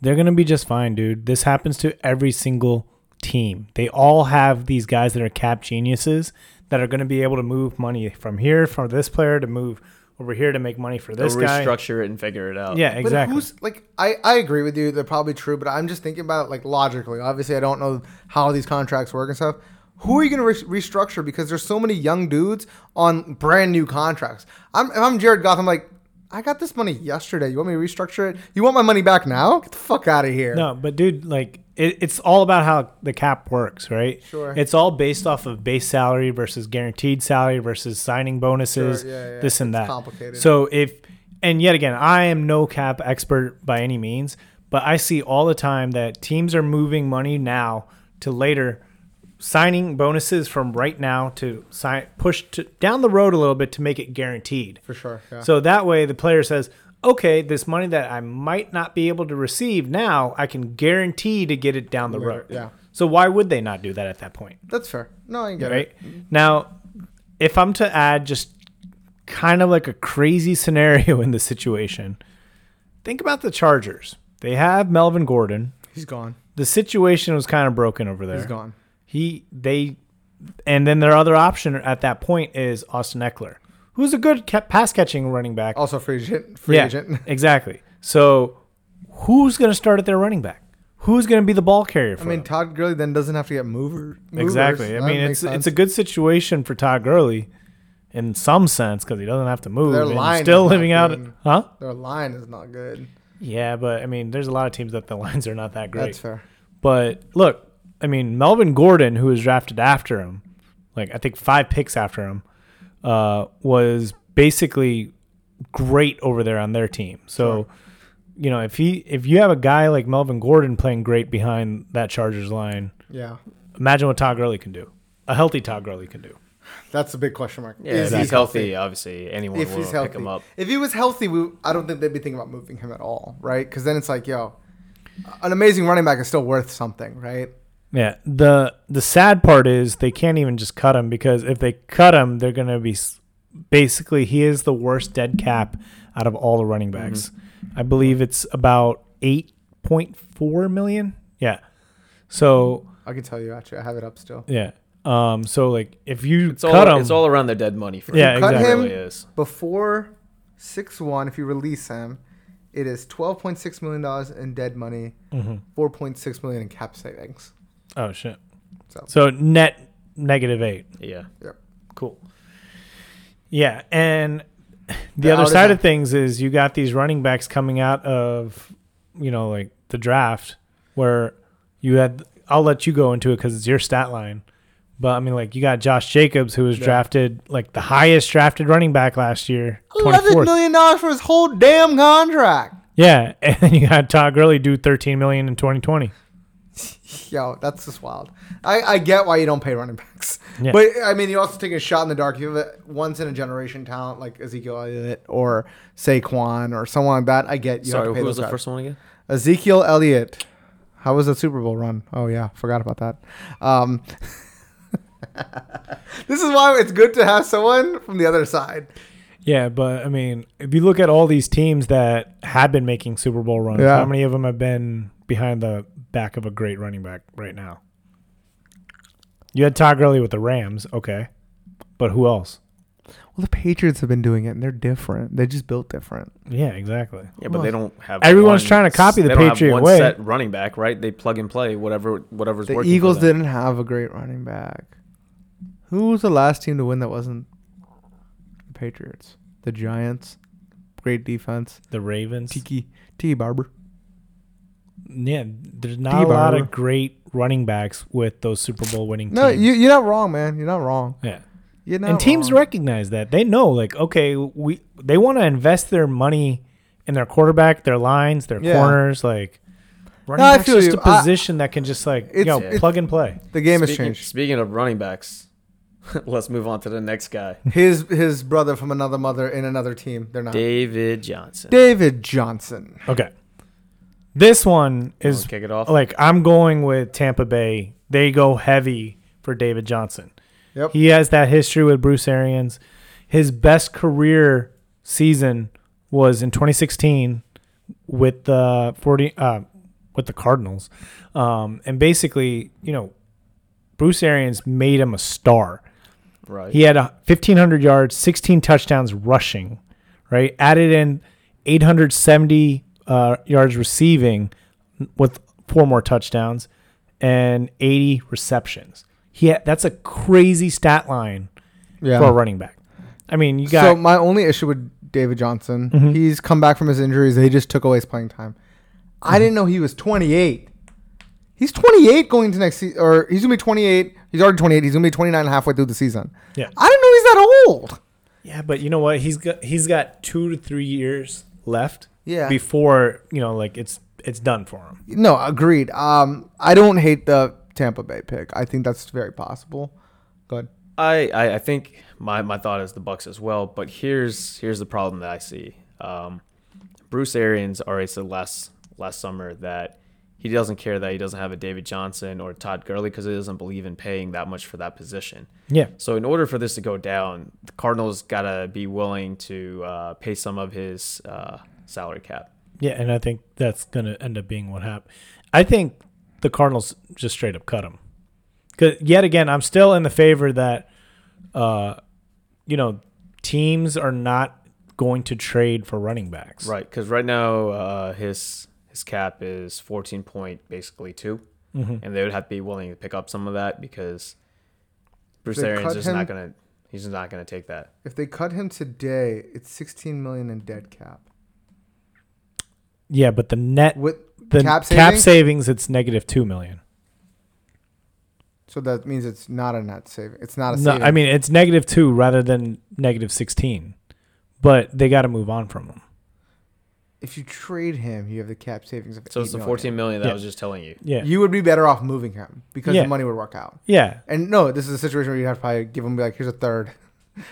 Speaker 3: they're going to be just fine, dude. This happens to every single team. They all have these guys that are cap geniuses that are going to be able to move money from here, from this player to move over here to make money for
Speaker 2: They'll
Speaker 3: this guy.
Speaker 2: restructure it and figure it out.
Speaker 3: Yeah, exactly.
Speaker 1: But who's like I, I agree with you, they're probably true, but I'm just thinking about it like logically. Obviously I don't know how these contracts work and stuff. Who are you going to re- restructure? Because there's so many young dudes on brand new contracts. I'm, if I'm Jared Goff, I'm like, I got this money yesterday. You want me to restructure it? You want my money back now? Get the fuck out of here.
Speaker 3: No, but dude, like it, it's all about how the cap works, right?
Speaker 1: Sure.
Speaker 3: It's all based off of base salary versus guaranteed salary versus signing bonuses,
Speaker 1: Sure, yeah, yeah.
Speaker 3: this and
Speaker 1: It's
Speaker 3: that.
Speaker 1: complicated.
Speaker 3: So if and yet again, I am no cap expert by any means, but I see all the time that teams are moving money now to later signing bonuses from right now to sign push to down the road a little bit to make it guaranteed.
Speaker 1: For sure. Yeah.
Speaker 3: So that way the player says, okay, this money that I might not be able to receive now, I can guarantee to get it down the road.
Speaker 1: yeah.
Speaker 3: So why would they not do that at that point?
Speaker 1: That's fair. No, I get
Speaker 3: Right?
Speaker 1: it.
Speaker 3: Now, if I'm to add just kind of like a crazy scenario in the situation, think about the Chargers. They have Melvin Gordon.
Speaker 1: He's gone.
Speaker 3: The situation was kind of broken over there.
Speaker 1: He's gone.
Speaker 3: He they and then their other option at that point is Austin Eckler, who's a good ca- pass catching running back
Speaker 1: Also free agent. Free agent.
Speaker 3: exactly. So who's going to start at their running back? Who's going to be the ball carrier for
Speaker 1: I mean,
Speaker 3: them?
Speaker 1: Todd Gurley then doesn't have to get mover. movers.
Speaker 3: exactly. I
Speaker 1: That
Speaker 3: mean,
Speaker 1: makes
Speaker 3: it's it's
Speaker 1: sense.
Speaker 3: a good situation for Todd Gurley in some sense because he doesn't have to move.
Speaker 1: Their
Speaker 3: and he's
Speaker 1: line
Speaker 3: still
Speaker 1: is not
Speaker 3: living out,
Speaker 1: good.
Speaker 3: huh?
Speaker 1: their line is not good.
Speaker 3: Yeah, but I mean, there's a lot of teams that the lines are not that great.
Speaker 1: That's fair.
Speaker 3: But look, I mean, Melvin Gordon, who was drafted after him, like I think five picks after him, uh, was basically great over there on their team. So, you know, if he if you have a guy like Melvin Gordon playing great behind that Chargers line,
Speaker 1: Yeah.
Speaker 3: imagine what Todd Gurley can do. A healthy Todd Gurley can do.
Speaker 1: That's a big question mark.
Speaker 2: Yeah,
Speaker 1: Is
Speaker 2: if
Speaker 1: he
Speaker 2: he's healthy, obviously anyone
Speaker 1: If
Speaker 2: will
Speaker 1: he's healthy.
Speaker 2: pick him up.
Speaker 1: If he was healthy, we, I don't think they'd be thinking about moving him at all, right? Because then it's like, yo, an amazing running back is still worth something, right?
Speaker 3: Yeah. The the sad part is they can't even just cut him because if they cut him, they're going to be s- basically he is the worst dead cap out of all the running
Speaker 2: Mm-hmm.
Speaker 3: backs. I believe it's about 8.4 million. Yeah. So,
Speaker 1: I can tell you, actually, I have it up still.
Speaker 3: yeah. Um so like if you
Speaker 2: It's
Speaker 3: cut
Speaker 2: all
Speaker 3: him
Speaker 2: it's all around their dead money for
Speaker 3: Yeah,
Speaker 2: him.
Speaker 1: Cut
Speaker 3: exactly.
Speaker 1: him
Speaker 2: It really is.
Speaker 1: before six one. If you release him, it is twelve point six million dollars in dead money, four point six million in cap savings.
Speaker 3: Oh shit.
Speaker 1: So-
Speaker 3: So net negative 8.
Speaker 2: Yeah.
Speaker 1: Yep.
Speaker 3: Cool. Yeah, and the,
Speaker 1: The
Speaker 3: other
Speaker 1: out of
Speaker 3: side
Speaker 1: the-
Speaker 3: of things is you got these running backs coming out of you know like the draft where you had I'll let you go into it because it's your stat line, but I mean like you got Josh Jacobs who was drafted like the highest drafted running back last year, twenty
Speaker 1: Eleven
Speaker 3: fourth.
Speaker 1: million dollars for his whole damn contract.
Speaker 3: Yeah, and you had Todd Gurley do 13 million in 2020.
Speaker 1: Yo, that's just wild. I, I get why you don't pay running backs,
Speaker 3: Yeah.
Speaker 1: but I mean, you also take a shot in the dark. You have a once in a generation talent like Ezekiel Elliott or Saquon or someone like that. I get you. have
Speaker 2: Sorry,
Speaker 1: to pay
Speaker 2: who was
Speaker 1: those
Speaker 2: the
Speaker 1: guys.
Speaker 2: first one again?
Speaker 1: Ezekiel Elliott. How was the Super Bowl run? Oh yeah, forgot about that. Um, this is why it's good to have someone from the other side.
Speaker 3: Yeah, but I mean, if you look at all these teams that have been making Super Bowl runs,
Speaker 1: Yeah.
Speaker 3: how many of them have been behind the back of a great running back right now? You had Todd Gurley with the Rams, okay, but who else?
Speaker 1: Well, the Patriots have been doing it, and they're different. They just built different.
Speaker 3: Yeah, exactly.
Speaker 2: Yeah, but they don't have.
Speaker 3: Everyone's
Speaker 2: one-
Speaker 3: trying to copy the
Speaker 2: they don't have
Speaker 3: Patriot
Speaker 2: one
Speaker 3: way.
Speaker 2: set running back, right? They plug and play whatever whatever's
Speaker 1: The
Speaker 2: working. for
Speaker 1: Eagles
Speaker 2: them.
Speaker 1: didn't have a great running back. Who was the last team to win that wasn't the Patriots? The Giants. Great defense.
Speaker 3: The Ravens.
Speaker 1: Tiki Tiki Barber.
Speaker 3: yeah, there's not a lot of great running backs with those Super Bowl winning
Speaker 1: No,
Speaker 3: teams.
Speaker 1: you you're not wrong, man. You're not wrong.
Speaker 3: yeah.
Speaker 1: You're not
Speaker 3: and teams
Speaker 1: wrong.
Speaker 3: recognize that they know like okay we they want to invest their money in their quarterback their lines their
Speaker 1: Yeah.
Speaker 3: corners like running
Speaker 1: I
Speaker 3: back's
Speaker 1: feel
Speaker 3: just
Speaker 1: you.
Speaker 3: a
Speaker 1: I-
Speaker 3: position that can just like
Speaker 1: It's-
Speaker 3: yo
Speaker 1: it's-
Speaker 3: plug and play
Speaker 1: the game has
Speaker 2: Speaking,
Speaker 1: changed.
Speaker 2: speaking of running backs, let's move on to the next guy,
Speaker 1: His his brother from another mother in another team.
Speaker 3: Uh,
Speaker 1: They're not.
Speaker 2: David Johnson.
Speaker 1: David Johnson.
Speaker 3: okay this one
Speaker 2: Wanna
Speaker 1: Oh,
Speaker 3: is
Speaker 2: kick it off.
Speaker 3: like I'm going with Tampa Bay they go heavy for David Johnson
Speaker 1: Yep.
Speaker 3: He has that history with Bruce Arians. His best career season was in 2016 with the 40 uh, with the Cardinals, um, and basically, you know, Bruce Arians made him a star.
Speaker 2: right.
Speaker 3: He had a 1,500 yards, 16 touchdowns rushing, right? Added in 870 uh, yards receiving with four more touchdowns and 80 receptions. He had, that's a crazy stat line
Speaker 1: Yeah.
Speaker 3: for a running back. I mean, you got Mm-hmm.
Speaker 1: so my only issue with David Johnson, he's come back from his injuries. They just took away his playing time.
Speaker 3: Mm-hmm.
Speaker 1: I didn't know he was 28. He's 28 going to next season, or he's gonna be 28. He's already 28. He's gonna be 29 halfway through the season.
Speaker 3: Yeah.
Speaker 1: I didn't know he's that old.
Speaker 3: yeah, but you know what? He's got he's got two to three years left.
Speaker 1: Yeah.
Speaker 3: Before you know, like it's it's done for him.
Speaker 1: No, agreed. Um, I don't hate the Tampa Bay pick. I think that's very possible. Good.
Speaker 2: I, I, I think my, my thought is the Bucks as well, but here's here's the problem that I see. Um, Bruce Arians already said last last summer that he doesn't care that he doesn't have a David Johnson or Todd Gurley because he doesn't believe in paying that much for that position.
Speaker 3: Yeah.
Speaker 2: So in order for this to go down, the Cardinals gotta be willing to uh, pay some of his uh, salary cap.
Speaker 3: Yeah, and I think that's going to end up being what happened. I think the Cardinals just straight up cut him. Because yet again, I'm still in the favor that, uh, you know, teams are not going to trade for running backs.
Speaker 2: Right, because right now uh, his his cap is fourteen point basically 2
Speaker 1: Mm-hmm.
Speaker 2: and they would have to be willing to pick up some of that because Bruce
Speaker 1: They
Speaker 2: Arians
Speaker 1: cut
Speaker 2: is
Speaker 1: him?
Speaker 2: not gonna he's just not gonna take that.
Speaker 1: If they cut him today, it's 16 million in dead cap.
Speaker 3: Yeah, but the net
Speaker 1: With
Speaker 3: the
Speaker 1: cap
Speaker 3: cap
Speaker 1: savings?
Speaker 3: savings, it's negative two million.
Speaker 1: so that means it's not a net saving. It's not a
Speaker 3: No,
Speaker 1: saving.
Speaker 3: I mean it's negative two rather than negative sixteen. But they got to move on from him.
Speaker 1: if you trade him, you have the cap savings of
Speaker 2: So it's
Speaker 1: 8
Speaker 2: the
Speaker 1: million.
Speaker 2: fourteen million that I
Speaker 3: Yeah.
Speaker 2: was just telling you.
Speaker 3: Yeah,
Speaker 1: you would be better off moving him because
Speaker 3: Yeah.
Speaker 1: the money would work out.
Speaker 3: yeah,
Speaker 1: And no, this is a situation where you'd have to probably give him like here's a third,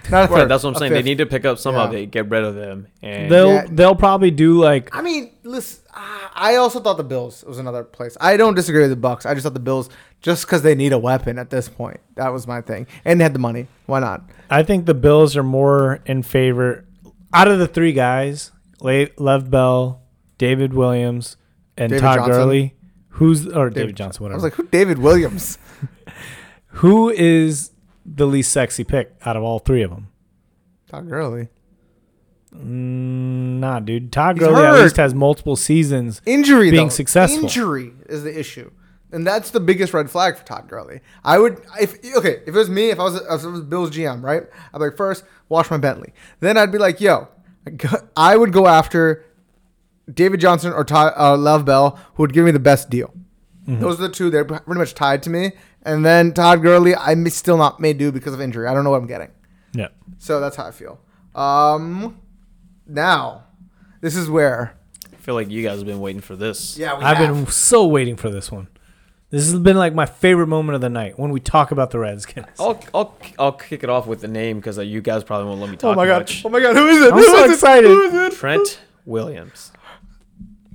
Speaker 1: not a
Speaker 2: Right,
Speaker 1: third.
Speaker 2: that's what I'm
Speaker 1: a
Speaker 2: saying.
Speaker 1: fifth.
Speaker 2: They need to pick up some of
Speaker 1: Yeah.
Speaker 2: it, get rid of them, and
Speaker 3: they'll
Speaker 1: Yeah.
Speaker 3: they'll probably do like
Speaker 1: I mean, listen. I I also thought the Bills was another place. I don't disagree with the Bucks. I just thought the Bills, just because they need a weapon at this point, that was my thing. And they had the money. Why not?
Speaker 3: I think the Bills are more in favor out of the three guys, Le- Lev Bell, David Williams, and
Speaker 1: David
Speaker 3: Todd
Speaker 1: Johnson.
Speaker 3: Gurley. Who's or David,
Speaker 1: I
Speaker 3: Johnson, whatever.
Speaker 1: was like, who? David Williams.
Speaker 3: Who is the least sexy pick out of all three of them?
Speaker 1: Todd Gurley.
Speaker 3: Mm, nah, dude. Todd
Speaker 1: He's
Speaker 3: Gurley at
Speaker 1: hurt.
Speaker 3: least has multiple seasons.
Speaker 1: Injury
Speaker 3: Being
Speaker 1: though.
Speaker 3: successful.
Speaker 1: Injury is the issue. And that's the biggest red flag for Todd Gurley. I would, if okay, if it was me, if I was, if it was Bills GM, right? I'd be like, first, wash my Bentley. Then I'd be like, yo, I go- I would go after David Johnson or Todd, uh, Lev Bell, who would give me the best deal.
Speaker 3: Mm-hmm.
Speaker 1: Those are the two. They're pretty much tied to me. And then Todd Gurley, I'm still not made do because of injury. I don't know what I'm getting.
Speaker 3: Yeah.
Speaker 1: So that's how I feel. Um, now, this is where
Speaker 2: feel like you guys have been waiting for this.
Speaker 1: Yeah, we
Speaker 3: I've
Speaker 1: have.
Speaker 3: been so waiting for this one. This has been like my favorite moment of the night when we talk about the Redskins.
Speaker 1: Oh,
Speaker 2: I'll I'll I'll kick it off with the name because you guys probably won't let me talk.
Speaker 1: Oh my god!
Speaker 2: much.
Speaker 1: Oh my god! Who is it?
Speaker 3: I'm
Speaker 1: Who
Speaker 3: so
Speaker 1: is it?
Speaker 3: excited.
Speaker 1: Who is it?
Speaker 2: Trent Williams.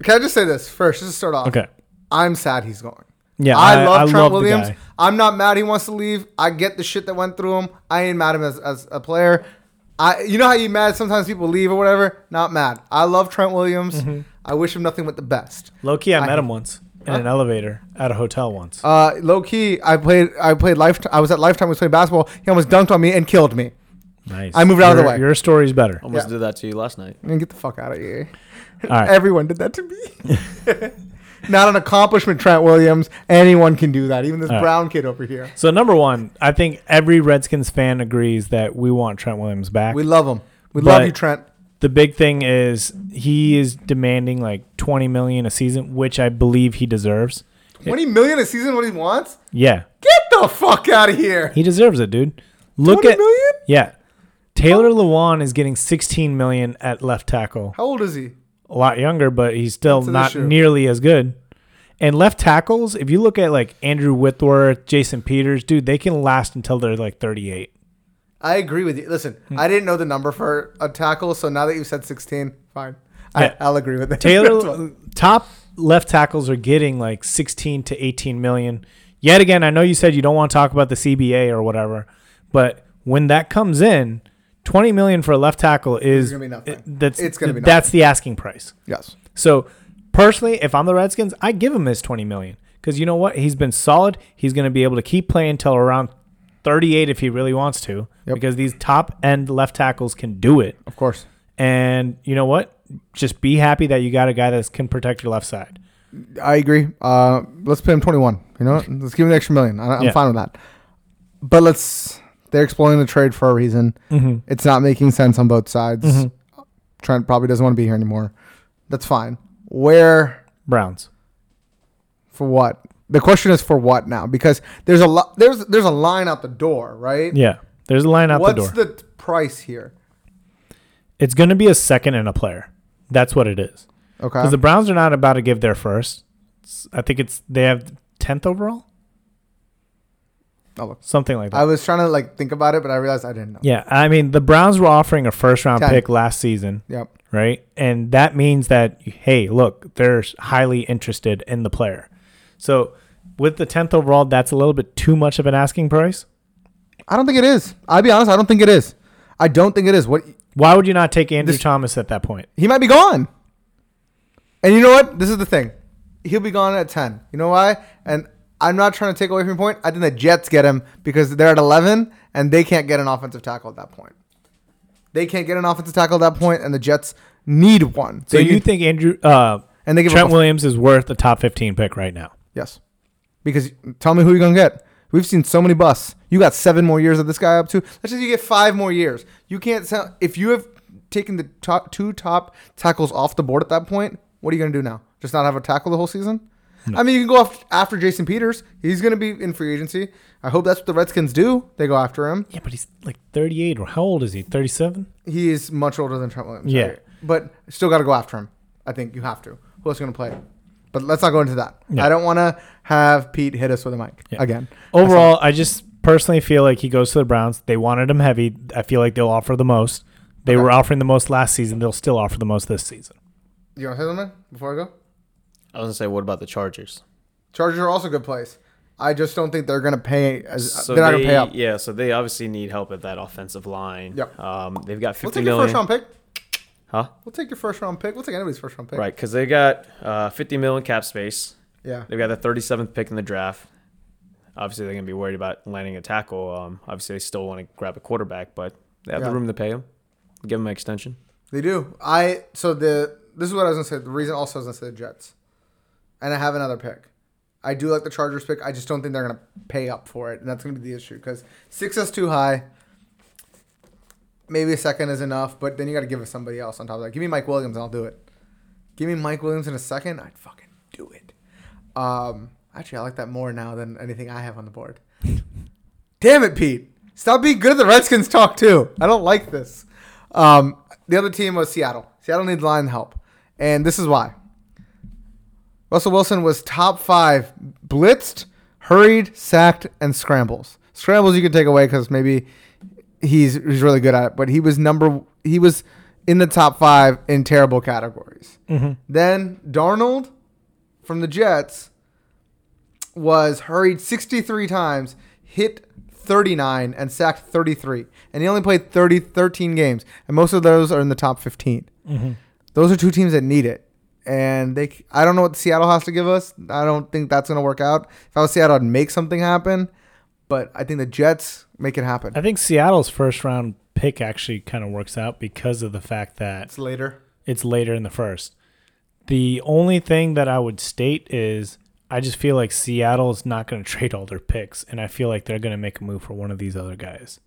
Speaker 1: Can I just say this first? Just to start off.
Speaker 3: Okay.
Speaker 1: I'm sad he's gone.
Speaker 3: Yeah,
Speaker 1: I,
Speaker 3: I-
Speaker 1: love
Speaker 3: I
Speaker 1: Trent
Speaker 3: love the
Speaker 1: Williams.
Speaker 3: guy.
Speaker 1: I'm not mad he wants to leave. I get the shit that went through him. I ain't mad at him as, as a player. I you know how you mad sometimes people leave or whatever? Not mad. I love Trent Williams.
Speaker 3: Mm-hmm.
Speaker 1: I wish him nothing but the best.
Speaker 3: Low key, I,
Speaker 1: I-
Speaker 3: met him once in an elevator at a hotel once.
Speaker 1: Uh, low key, I played I played lifetime I was at lifetime I was playing basketball. He almost dunked on me and killed me.
Speaker 3: nice.
Speaker 1: I moved out of the
Speaker 3: Your-
Speaker 1: way. Oh.
Speaker 3: Your story's better. All
Speaker 2: Almost
Speaker 1: Yeah.
Speaker 2: did that to you last night.
Speaker 1: I mean, get the fuck out of here.
Speaker 3: right.
Speaker 1: Everyone did that to me. Not an accomplishment, Trent Williams. Anyone can do that. Even this
Speaker 3: right.
Speaker 1: brown kid over here.
Speaker 3: So number one, I think every Redskins fan agrees that we want Trent Williams back.
Speaker 1: We love him. We
Speaker 3: But-
Speaker 1: love you, Trent.
Speaker 3: the big thing is he is demanding like 20 million a season, which I believe he deserves.
Speaker 1: Twenty million a season, what he wants?
Speaker 3: Yeah,
Speaker 1: Get the fuck out of here.
Speaker 3: he deserves it, dude. Look
Speaker 1: 20
Speaker 3: at
Speaker 1: million?
Speaker 3: yeah. Taylor Lewan is getting 16 million at left tackle.
Speaker 1: How old is he?
Speaker 3: A lot younger, but he's still
Speaker 1: That's an
Speaker 3: not
Speaker 1: issue.
Speaker 3: nearly as good. And left tackles, if you look at like Andrew Whitworth, Jason Peters, dude, they can last until they're like 38.
Speaker 1: I agree with you. Listen,
Speaker 3: Hmm.
Speaker 1: I didn't know the number for a tackle, so now that you said sixteen, fine.
Speaker 3: Yeah.
Speaker 1: I, I'll agree with that. That's what-
Speaker 3: Taylor top left tackles are getting like 16 to 18 million. Yet again, I know you said you don't want to talk about the CBA or whatever, but when that comes in, 20 million for a left tackle is
Speaker 1: gonna be nothing.
Speaker 3: it- that's
Speaker 1: It's gonna be
Speaker 3: that's the asking price.
Speaker 1: yes.
Speaker 3: So personally, if I'm the Redskins, I give him his 20 million because you know what? He's been solid. He's going to be able to keep playing until around 38 if he really wants to,
Speaker 1: Yep.
Speaker 3: because these top end left tackles can do it.
Speaker 1: Of course.
Speaker 3: And you know what? Just be happy that you got a guy that can protect your left side.
Speaker 1: I agree. Uh, let's pay him twenty one. You know, what? let's give him the extra million. I, I'm
Speaker 3: Yeah.
Speaker 1: fine with that. But let's. They're exploring the trade for a reason.
Speaker 3: Mm-hmm.
Speaker 1: It's not making sense on both sides. Trent probably doesn't want to be here anymore. That's fine. Where
Speaker 3: Browns.
Speaker 1: for what? The question is for what now? Because there's a lot. There's there's a line out the door, right?
Speaker 3: Yeah. There's a line out
Speaker 1: What's
Speaker 3: the door.
Speaker 1: the, t- price here?
Speaker 3: it's going to be a second and a player. That's what it is.
Speaker 1: Okay.
Speaker 3: Because the Browns are not about to give their first. It's- I think it's they have 10th overall,
Speaker 1: I'll Oh, look.
Speaker 3: something like that.
Speaker 1: I was trying to like think about it, but I realized I didn't know.
Speaker 3: yeah. I mean, the Browns were offering a first round
Speaker 1: Ten.
Speaker 3: pick last season,
Speaker 1: Yep.
Speaker 3: right? And that means that, hey, look, they're highly interested in the player. So with the 10th overall, that's a little bit too much of an asking price.
Speaker 1: I don't think it is. I'll be honest. I don't think it is. I don't think it is. What
Speaker 3: Why would you not take Andrew
Speaker 1: This-
Speaker 3: Thomas at that point?
Speaker 1: he might be gone. And you know what? This is the thing. He'll be gone at ten. You know why? And I'm not trying to take away from your point. I think the Jets get him because they're at eleven and they can't get an offensive tackle at that point. They can't get an offensive tackle at that point, and the Jets need one.
Speaker 3: So
Speaker 1: They
Speaker 3: you
Speaker 1: need-
Speaker 3: think Andrew uh,
Speaker 1: and they give
Speaker 3: Trent
Speaker 1: up a-
Speaker 3: Williams is worth a top fifteen pick right now?
Speaker 1: Yes. Because tell me who you're going to get. We've seen so many busts. You got seven more years of this guy up to. Let's just you get five more years. You can't sell. If you have taken the top two top tackles off the board at that point, what are you going to do now? Just not have a tackle the whole season? I mean, you can go off after Jason Peters. He's going to be in free agency. I hope that's what the Redskins do. They go after him.
Speaker 3: Yeah, but he's like thirty eight or how old is he? Thirty seven?
Speaker 1: He is much older than Trent Williams.
Speaker 3: Yeah.
Speaker 1: But still got to go after him. I think you have to. Who else is going to play? But let's not go into that.
Speaker 3: Yeah.
Speaker 1: I don't want to have Pete hit us with a mic
Speaker 3: Yeah.
Speaker 1: again.
Speaker 3: Overall, I just personally feel like he goes to the Browns. They wanted him heavy. I feel like they'll offer the most. They
Speaker 1: Okay.
Speaker 3: were offering the most last season. They'll still offer the most this season.
Speaker 1: You want to say something before I go?
Speaker 2: I was gonna say, what about the Chargers?
Speaker 1: Chargers are also a good place. I just don't think they're going to pay. As,
Speaker 2: So
Speaker 1: they're not going to pay up.
Speaker 2: Yeah, so they obviously need help at that offensive line.
Speaker 1: Yep.
Speaker 2: Um, they've got
Speaker 1: We'll
Speaker 2: fifty
Speaker 1: take your
Speaker 2: million.
Speaker 1: first round pick.
Speaker 2: Huh?
Speaker 1: We'll take your first round pick. We'll take anybody's first round pick.
Speaker 2: Right, because they got uh, fifty million cap space.
Speaker 1: Yeah.
Speaker 2: They've got the thirty seventh pick in the draft. Obviously, they're gonna be worried about landing a tackle. Um, obviously, they still want to grab a quarterback, but they have
Speaker 1: Yeah.
Speaker 2: the room to pay him. Give him an extension.
Speaker 1: They do. I so the this is what I was gonna say. The reason also I was gonna say the Jets, and I have another pick. I do like the Chargers pick. I just don't think they're gonna pay up for it, and that's gonna be the issue because six is too high. Maybe a second is enough, but then you got to give it somebody else on top of that. Give me Mike Williams, and I'll do it. Give me Mike Williams in a second, I'd fucking do it. Um, actually, I like that more now than anything I have on the board. Damn it, Pete. Stop being good at the Redskins talk, too. I don't like this. Um, the other team was Seattle. Seattle needs line help. and this is why. Russell Wilson was top five blitzed, hurried, sacked, and scrambles. Scrambles you can take away because maybe he's he's really good at it, but he was number he was in the top five in terrible categories. Then Darnold from the Jets was hurried 63 times, hit 39, and sacked 33. And he only played 30, 13 games. And most of those are in the top 15.
Speaker 3: Mm-hmm.
Speaker 1: Those are two teams that need it. And they, c- I don't know what Seattle has to give us. I don't think that's going to work out. If I was Seattle, I'd make something happen. But I think the Jets make it happen.
Speaker 3: I think Seattle's first round pick actually kind of works out because of the fact that
Speaker 1: It's later.
Speaker 3: it's later in the first. The only thing that I would state is I just feel like Seattle's not going to trade all their picks, and I feel like they're going to make a move for one of these other guys.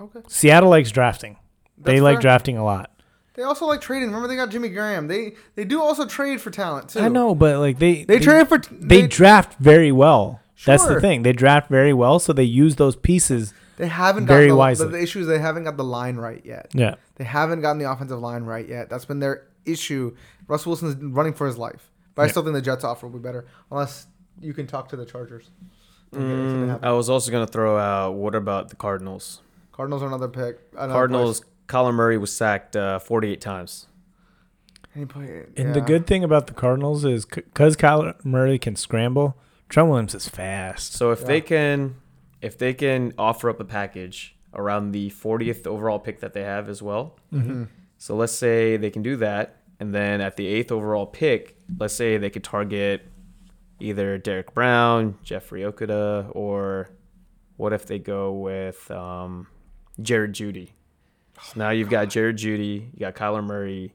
Speaker 1: Okay.
Speaker 3: Seattle likes drafting. they
Speaker 1: That's
Speaker 3: like
Speaker 1: fair.
Speaker 3: drafting a lot.
Speaker 1: They also like trading. Remember, they got Jimmy Graham. They they do also trade for talent too.
Speaker 3: I know, but like they
Speaker 1: They, trade for
Speaker 3: they, draft very well. That's the
Speaker 1: Sure.
Speaker 3: thing. They draft very well, so they use those pieces.
Speaker 1: They haven't
Speaker 3: Very
Speaker 1: got the,
Speaker 3: wisely.
Speaker 1: the issue is they haven't got the line right yet.
Speaker 3: Yeah.
Speaker 1: They haven't gotten the offensive line right yet. That's been their issue. Russell Wilson's running for his life, but I still think the Jets' offer will be better unless you can talk to the Chargers. Okay,
Speaker 2: Mm,
Speaker 1: it's gonna happen.
Speaker 2: I was also gonna throw out. What about the Cardinals?
Speaker 1: Cardinals are another pick. Another
Speaker 2: Cardinals. Colin Murray was sacked uh, 48 times.
Speaker 1: place. Any play-
Speaker 3: And the
Speaker 1: yeah.
Speaker 3: good thing about the Cardinals is because Kyle Murray can scramble, Trent Williams is fast.
Speaker 2: So if
Speaker 1: Yeah.
Speaker 2: they can, if they can offer up a package around the 40th overall pick that they have as well.
Speaker 3: Mm-hmm.
Speaker 1: Mm-hmm.
Speaker 2: So let's say they can do that, and then at the eighth overall pick, let's say they could target either Derek Brown, Jeffrey Okuda, or what if they go with um, Jared Judy? So
Speaker 1: Oh
Speaker 2: now you've got Jared Judy, you got Kyler Murray.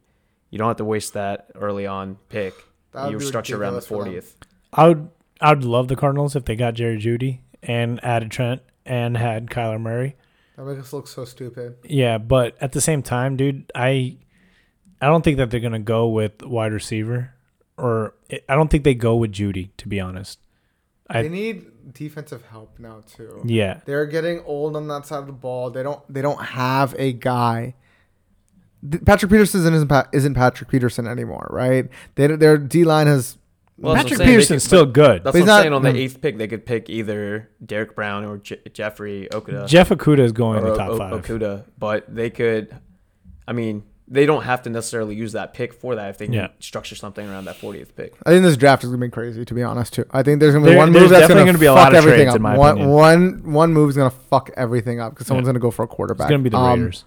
Speaker 2: You don't have to waste that early on pick.
Speaker 1: That would
Speaker 2: You
Speaker 1: be
Speaker 2: structure around the
Speaker 1: ridiculous for them.
Speaker 2: 40th.
Speaker 3: I would I would love the Cardinals if they got Jerry Judy and added Trent and had Kyler Murray.
Speaker 1: That makes us look so stupid.
Speaker 3: Yeah, but at the same time, dude, I I don't think that they're gonna go with wide receiver or I don't think they go with Judy to be honest. I-
Speaker 1: they need defensive help now too.
Speaker 3: Yeah,
Speaker 1: They're getting old on that side of the ball. They don't they don't have a guy. Th- Patrick Peterson isn't Pa- isn't Patrick Peterson anymore, right? They, their D line has
Speaker 2: Well, that's what I'm
Speaker 3: Patrick
Speaker 2: saying. They
Speaker 3: Peterson's
Speaker 2: could-
Speaker 3: still good.
Speaker 2: That's
Speaker 1: But
Speaker 2: what
Speaker 1: he's
Speaker 2: I'm
Speaker 1: not-
Speaker 2: saying. On
Speaker 1: mm.
Speaker 2: the eighth pick, they could pick either Derek Brown or Je- Jeffrey Okuda
Speaker 3: Jeff Okuda is going in
Speaker 2: or
Speaker 3: the
Speaker 2: O-
Speaker 3: top
Speaker 2: uh, O-
Speaker 3: five.
Speaker 2: Okuda, but they could. I mean, they don't have to necessarily use that pick for that if they can
Speaker 3: Yeah.
Speaker 2: structure something around that 40th pick.
Speaker 1: I think this draft is gonna be crazy, to be honest. Too, I think there's gonna be
Speaker 3: There-
Speaker 1: one
Speaker 3: there's
Speaker 1: move that's
Speaker 3: definitely
Speaker 1: gonna,
Speaker 3: gonna be a
Speaker 1: fuck
Speaker 3: lot of
Speaker 1: everything
Speaker 3: trades,
Speaker 1: up.
Speaker 3: in my
Speaker 1: one,
Speaker 3: opinion.
Speaker 1: one one move is gonna fuck everything up because someone's
Speaker 3: Yeah.
Speaker 1: gonna go for a quarterback.
Speaker 3: It's gonna be the
Speaker 1: Um,
Speaker 3: Raiders.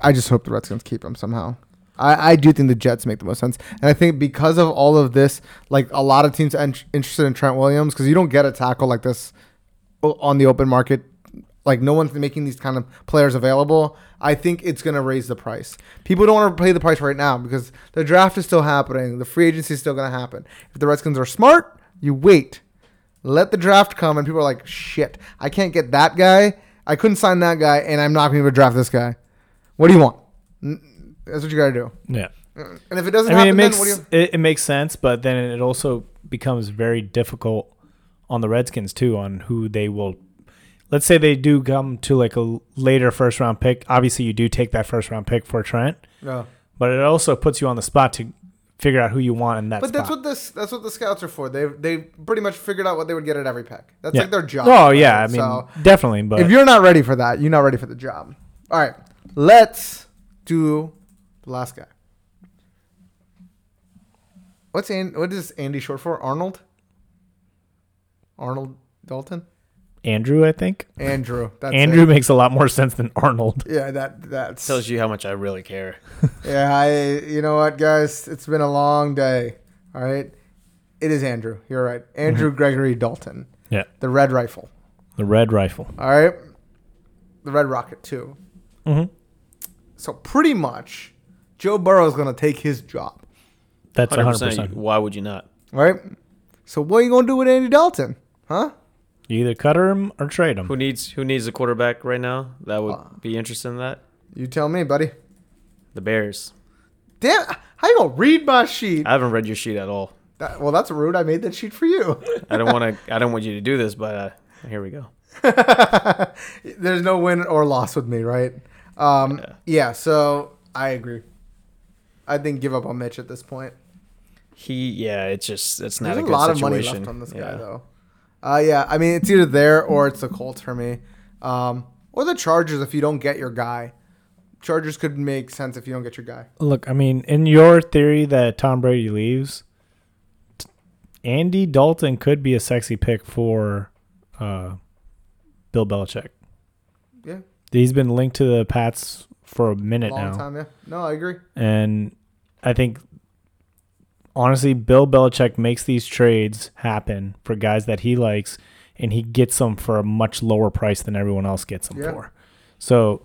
Speaker 1: I just hope the Redskins keep him somehow. I, I do think the Jets make the most sense, and I think because of all of this, like a lot of teams ent- interested in Trent Williams because you don't get a tackle like this o- on the open market. Like no one's making these kind of players available. I think it's going to raise the price. People don't want to pay the price right now because the draft is still happening. The free agency is still going to happen. If the Redskins are smart, you wait. Let the draft come, and people are like, "Shit, I can't get that guy. I couldn't sign that guy, and I'm not going to be able to draft this guy." What do you want? N- That's what you got to do.
Speaker 3: yeah.
Speaker 1: And if it doesn't
Speaker 3: I mean, it
Speaker 1: happen,
Speaker 3: makes
Speaker 1: then what do you?
Speaker 3: it, it makes sense, but then it also becomes very difficult on the Redskins too, on who they will. Let's say they do come to like a later first round pick. Obviously, you do take that first round pick for Trent,
Speaker 1: No.
Speaker 3: but it also puts you on the spot to figure out who you want in that.
Speaker 1: But that's
Speaker 3: spot.
Speaker 1: what this that's what the scouts are for. They they pretty much figured out what they would get at every pick. That's
Speaker 3: Yeah.
Speaker 1: like their job.
Speaker 3: Oh yeah, I mean
Speaker 1: So
Speaker 3: definitely. But
Speaker 1: if you're not ready for that, you're not ready for the job. All right, let's do the last guy. What's An- what is Andy short for? Arnold. Arnold Dalton.
Speaker 3: Andrew, I think
Speaker 1: Andrew. That's
Speaker 3: Andrew
Speaker 1: it.
Speaker 3: makes a lot more sense than Arnold.
Speaker 1: Yeah, that that's
Speaker 2: Tells you how much I really care.
Speaker 1: Yeah, I, you know what, guys? It's been a long day. All right. It is Andrew. You're right. Andrew Gregory Dalton,
Speaker 3: Yeah,
Speaker 1: the Red Rifle.
Speaker 3: the red rifle.
Speaker 1: All right. The Red Rocket, too.
Speaker 3: hmm
Speaker 1: So, pretty much, Joe Burrow is going to take his job.
Speaker 3: That's hundred
Speaker 2: 100%.
Speaker 3: percent.
Speaker 2: Why would you not?
Speaker 1: All right. So, what are you going to do with Andy Dalton? Huh?
Speaker 3: You either cut him or trade him.
Speaker 2: Who needs Who needs a quarterback right now that would
Speaker 1: Uh.
Speaker 2: be interested in that?
Speaker 1: You tell me, buddy.
Speaker 2: The Bears.
Speaker 1: Damn. How you going to read my sheet?
Speaker 2: I haven't read your sheet at all.
Speaker 1: That- well, that's rude. I made that sheet for you.
Speaker 2: I don't want to. I don't want you to do this, but uh, here we go.
Speaker 1: There's no win or loss with me, right? Um, yeah, so I agree. I think give up on Mitch at this point.
Speaker 2: He, yeah, it's just it's not
Speaker 1: There's
Speaker 2: a,
Speaker 1: a,
Speaker 2: good
Speaker 1: lot
Speaker 2: situation.
Speaker 1: of money left on this guy
Speaker 2: Yeah.
Speaker 1: though. Uh, yeah, I mean it's either there or it's the Colts for me, um, or the Chargers if you don't get your guy. Chargers could make sense if you don't get your guy.
Speaker 3: Look, I mean, in your theory that Tom Brady leaves, t- Andy Dalton could be a sexy pick for uh, Bill Belichick.
Speaker 1: Yeah,
Speaker 3: He's been linked to the Pats for a minute
Speaker 1: long
Speaker 3: now.
Speaker 1: time. Yeah, no, I agree.
Speaker 3: And I think, honestly, Bill Belichick makes these trades happen for guys that he likes, and he gets them for a much lower price than everyone else gets them
Speaker 1: Yeah.
Speaker 3: for. So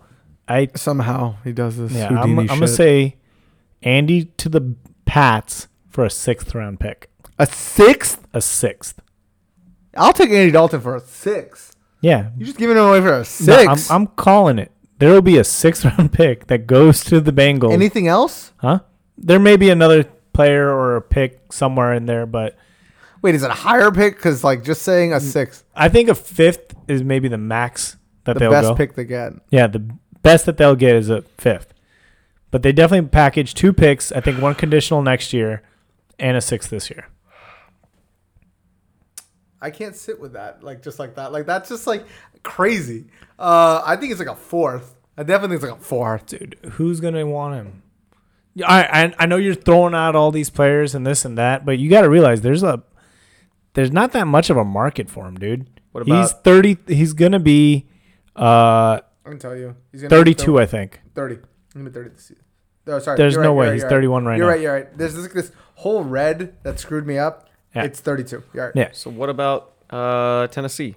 Speaker 3: I
Speaker 1: Somehow he does this.
Speaker 3: yeah, I'm, I'm gonna say Andy to the Pats for a sixth round pick,
Speaker 1: a sixth.
Speaker 3: a sixth.
Speaker 1: I'll take Andy Dalton for a six.
Speaker 3: Yeah,
Speaker 1: You're just giving him away for a
Speaker 3: No, I'm-
Speaker 1: six.
Speaker 3: I'm, calling it. There will be a sixth round pick that goes to the Bengals.
Speaker 1: Anything else?
Speaker 3: huh? There may be another player or a pick somewhere in there, but
Speaker 1: Wait, is it a higher pick? Because like just saying
Speaker 3: Mm,
Speaker 1: a six,
Speaker 3: I think a fifth is maybe the max that
Speaker 1: the
Speaker 3: they'll
Speaker 1: best
Speaker 3: go.
Speaker 1: pick they get.
Speaker 3: Yeah, the best that they'll get is a fifth. But they definitely package two picks. I think one conditional next year and a sixth this year.
Speaker 1: I can't sit with that. Like just like that. Like that's just like crazy. Uh, I think it's like a fourth. I definitely think it's like a fourth.
Speaker 3: dude, who's gonna want him? Yeah, I, I I know you're throwing out all these players and this and that, but you got to realize there's a there's not that much of a market for him, dude.
Speaker 2: What
Speaker 3: he's
Speaker 2: about-
Speaker 3: thirty? He's gonna be uh
Speaker 1: I'm gonna tell you, he's gonna be
Speaker 3: thirty-two, I think.
Speaker 1: Thirty. I'm gonna be thirty this season. Oh, sorry.
Speaker 3: There's
Speaker 1: You're
Speaker 3: no
Speaker 1: right,
Speaker 3: way
Speaker 1: you're
Speaker 3: he's
Speaker 1: right, you're
Speaker 3: 31 right
Speaker 1: you're
Speaker 3: now.
Speaker 1: right. You're right. There's this, this whole red that screwed me up.
Speaker 3: Yeah.
Speaker 1: It's thirty-two. You're right.
Speaker 3: Yeah.
Speaker 2: So what about uh, Tennessee?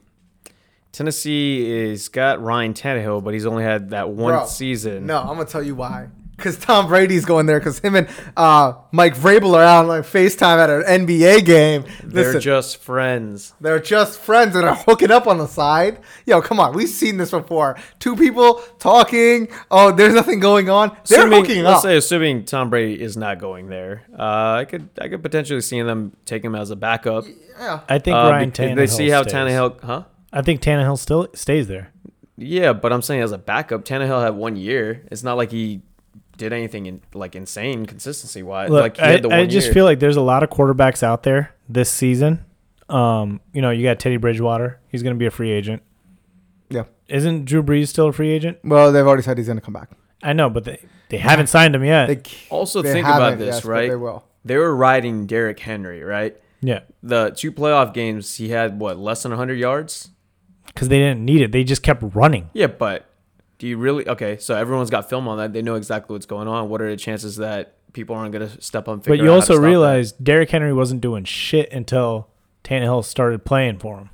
Speaker 2: Tennessee is got Ryan Tannehill, but he's only had that one
Speaker 1: Bro,
Speaker 2: season.
Speaker 1: No, I'm gonna tell you why. Cause Tom Brady's going there. Cause him and uh, Mike Vrabel are out on like Facetime at an NBA game.
Speaker 2: they're
Speaker 1: Listen,
Speaker 2: just friends.
Speaker 1: They're just friends that are hooking up on the side. Yo, come on, we've seen this before. Two people talking. Oh, there's nothing going on. They're hooking
Speaker 2: let's
Speaker 1: up.
Speaker 2: say assuming Tom Brady is not going there, uh, I could I could potentially see them taking him as a backup.
Speaker 1: yeah.
Speaker 3: I think
Speaker 2: Uh,
Speaker 3: Ryan
Speaker 2: because
Speaker 3: Tannehill.
Speaker 2: They see how
Speaker 3: stays.
Speaker 2: Tannehill, huh?
Speaker 3: I think Tannehill still stays there.
Speaker 2: Yeah, but I'm saying as a backup, Tannehill had one year. It's not like he did anything in, like insane consistency wise.
Speaker 3: Look,
Speaker 2: Like he had the
Speaker 3: I,
Speaker 2: one
Speaker 3: I just
Speaker 2: year.
Speaker 3: feel like there's a lot of quarterbacks out there this season. Um, you know, you got Teddy Bridgewater. He's gonna be a free agent.
Speaker 1: yeah.
Speaker 3: Isn't Drew Brees still a free agent?
Speaker 1: Well, they've already said he's gonna come back.
Speaker 3: I know, but they, they haven't signed him yet.
Speaker 1: They,
Speaker 2: Also
Speaker 1: they
Speaker 2: think about
Speaker 1: haven't,
Speaker 2: this,
Speaker 1: but
Speaker 2: right?
Speaker 1: They will.
Speaker 2: they were riding Derrick Henry, right?
Speaker 3: yeah,
Speaker 2: The two playoff games, he had what less than 100 yards.
Speaker 3: because they didn't need it. They just kept running.
Speaker 2: Yeah, but do you really? Okay, so everyone's got film on that. They know exactly what's going on. What are the chances that people aren't going to step up? And figure
Speaker 3: But you
Speaker 2: out how
Speaker 3: also
Speaker 2: to stop that?
Speaker 3: realize Derrick Henry wasn't doing shit until Tannehill started playing for him.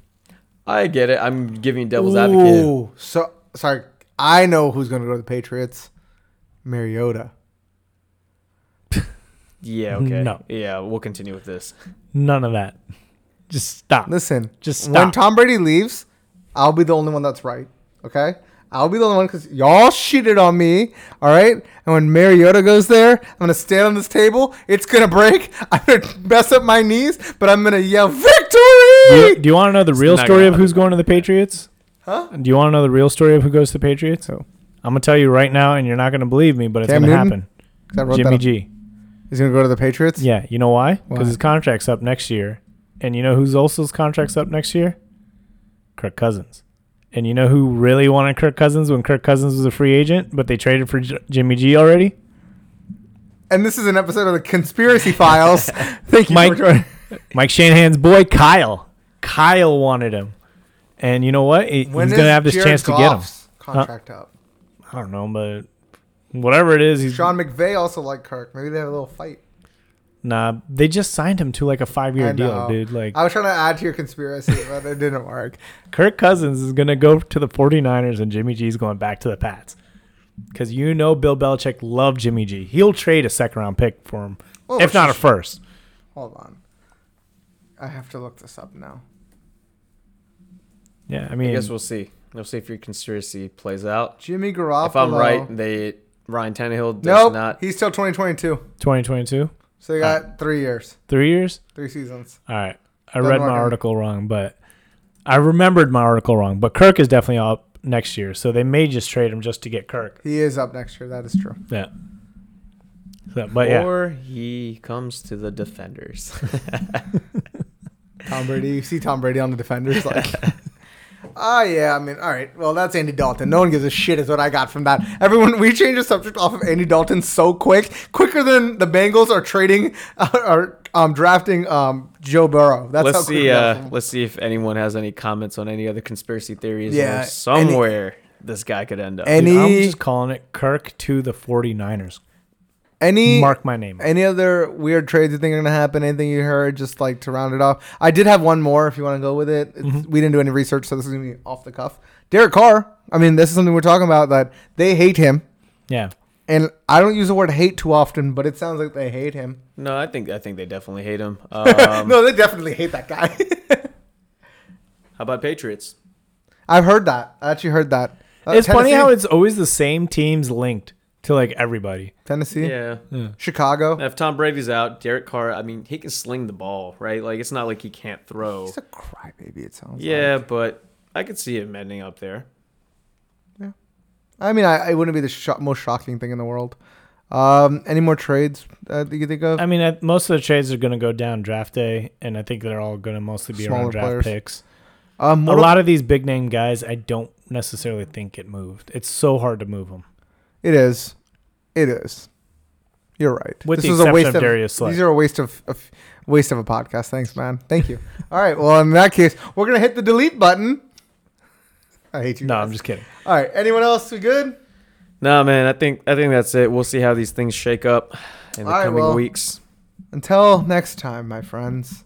Speaker 2: I get it. I'm giving devil's advocate.
Speaker 1: Ooh, so sorry. I know who's gonna go to the Patriots. Mariota.
Speaker 2: Yeah. Okay.
Speaker 3: No.
Speaker 2: Yeah, we'll continue with this.
Speaker 3: None of that. Just stop.
Speaker 1: Listen,
Speaker 3: Just
Speaker 1: when
Speaker 3: stop.
Speaker 1: Tom Brady leaves, I'll be the only one that's right. Okay, I'll be the only one because y'all cheated on me. All right, and when Mariota goes there, I'm gonna stand on this table. It's gonna break. I'm gonna mess up my knees, but I'm gonna yell
Speaker 3: do you,
Speaker 1: victory.
Speaker 3: do you want to know the real
Speaker 2: not
Speaker 3: story
Speaker 2: gonna
Speaker 3: of who's going to the Patriots?
Speaker 1: Huh?
Speaker 3: Do you want to know the real story of who goes to the Patriots?
Speaker 1: Who?
Speaker 3: I'm gonna tell you right now, and you're not gonna believe me, but it's
Speaker 1: Cam
Speaker 3: gonna
Speaker 1: Newton?
Speaker 3: happen.
Speaker 1: 'Cause I wrote that
Speaker 3: Jimmy
Speaker 1: up.
Speaker 3: G.
Speaker 1: He's gonna go to the Patriots.
Speaker 3: Yeah, you know why?
Speaker 1: Why?
Speaker 3: Because his contract's up next year, and you know who's also's contract's up next year? Kirk Cousins. And you know who really wanted Kirk Cousins when Kirk Cousins was a free agent, but they traded for J- Jimmy G already?
Speaker 1: And this is an episode of the Conspiracy Files. Thank you for
Speaker 3: Mike-
Speaker 1: joining.
Speaker 3: Mike Shanahan's boy Kyle. Kyle wanted him, and you know what? He- he's
Speaker 1: When
Speaker 3: gonna
Speaker 1: is
Speaker 3: have this
Speaker 1: Jared
Speaker 3: chance to get him.
Speaker 1: Goff's Contract up.
Speaker 3: I don't know, but whatever it is, he's
Speaker 1: Sean McVay also liked Kirk. Maybe they have a little fight.
Speaker 3: nah. They just signed him to like a five-year
Speaker 1: I
Speaker 3: deal,
Speaker 1: know.
Speaker 3: dude. Like
Speaker 1: I was trying to add to your conspiracy, but it didn't work.
Speaker 3: Kirk Cousins is going to go to the 49ers and Jimmy G's going back to the Pats. Because you know Bill Belichick loved Jimmy G. He'll trade a second round pick for him,
Speaker 1: Oh,
Speaker 3: if not a
Speaker 1: sh-
Speaker 3: first.
Speaker 1: Hold on. I have to look this up now.
Speaker 3: Yeah, I
Speaker 2: I
Speaker 3: mean,
Speaker 2: guess we'll see. We'll see if your conspiracy plays out.
Speaker 1: Jimmy Garoppolo.
Speaker 2: If I'm right, they Ryan Tannehill does
Speaker 1: nope.
Speaker 2: not.
Speaker 1: He's still 2022.
Speaker 3: 2022,
Speaker 1: So they got three years,
Speaker 3: three years.
Speaker 1: three seasons.
Speaker 3: All right. I
Speaker 1: Doesn't
Speaker 3: read my
Speaker 1: work out.
Speaker 3: article wrong, but I remembered my article wrong. But Kirk is definitely up next year. So they may just trade him just to get Kirk.
Speaker 1: He is up next year. That is true.
Speaker 3: Yeah. So, but yeah,
Speaker 2: Or he comes to the defenders.
Speaker 1: Tom Brady. You see Tom Brady on the defenders, like, ah, yeah. I mean, all right. Well, that's Andy Dalton. No one gives a shit, is what I got from that. Everyone, we changed the subject off of Andy Dalton so quick, quicker than the Bengals are trading or um, drafting um, Joe Burrow. That's
Speaker 2: let's
Speaker 1: quick
Speaker 2: see.
Speaker 1: we got
Speaker 2: Uh,
Speaker 1: from-
Speaker 2: let's see if anyone has any comments on any other conspiracy theories.
Speaker 1: Yeah,
Speaker 2: Yeah,
Speaker 1: any-
Speaker 2: somewhere this guy could end up.
Speaker 1: any
Speaker 3: I'm just calling it Kirk to the 49ers.
Speaker 1: any
Speaker 3: Mark my name.
Speaker 1: Any other weird trades you think are gonna happen? Anything you heard? Just like to round it off. I did have one more if you want to go with it. It's, We didn't do any research, so this is gonna be off the cuff. Derek Carr. I mean, this is something we're talking about that they hate him,
Speaker 3: Yeah.
Speaker 1: and I don't use the word hate too often, but it sounds like they hate him.
Speaker 2: no, I think I think they definitely hate him. Um,
Speaker 1: no, they definitely hate that guy.
Speaker 2: How about Patriots?
Speaker 1: I've heard that. I actually heard that. Uh,
Speaker 3: It's
Speaker 1: Tennessee-
Speaker 3: funny how it's always the same teams linked to like everybody.
Speaker 1: Tennessee,
Speaker 2: Yeah.
Speaker 1: Chicago.
Speaker 2: If Tom Brady's out, Derek Carr. I mean, he can sling the ball, right? Like it's not like he can't throw.
Speaker 1: He's a crybaby. It sounds.
Speaker 2: Yeah, but I could see him ending up there.
Speaker 1: Like. I mean, I, it wouldn't be the sho- most shocking thing in the world. Um, any more trades uh, that you think of?
Speaker 3: I mean, I, most of the trades are going to go down draft day, and I think they're all going to mostly be
Speaker 1: Smaller
Speaker 3: around draft
Speaker 1: players.
Speaker 3: picks.
Speaker 1: Um,
Speaker 3: A
Speaker 1: what
Speaker 3: lot of these big name guys, I don't necessarily think get moved. It's so hard to move them.
Speaker 1: It is. It is. You're right.
Speaker 3: With the exception of Darius Slay.
Speaker 1: These are a waste of, of waste of a podcast. Thanks, man. Thank you. All right. Well, in that case, we're gonna hit the delete button. I hate you.
Speaker 3: No,
Speaker 1: guys.
Speaker 3: I'm just kidding.
Speaker 1: All right. Anyone else? We good?
Speaker 2: No, man. I think I think that's it. We'll see how these things shake up in the
Speaker 1: All right,
Speaker 2: coming
Speaker 1: well-
Speaker 2: weeks.
Speaker 1: Until next time, my friends.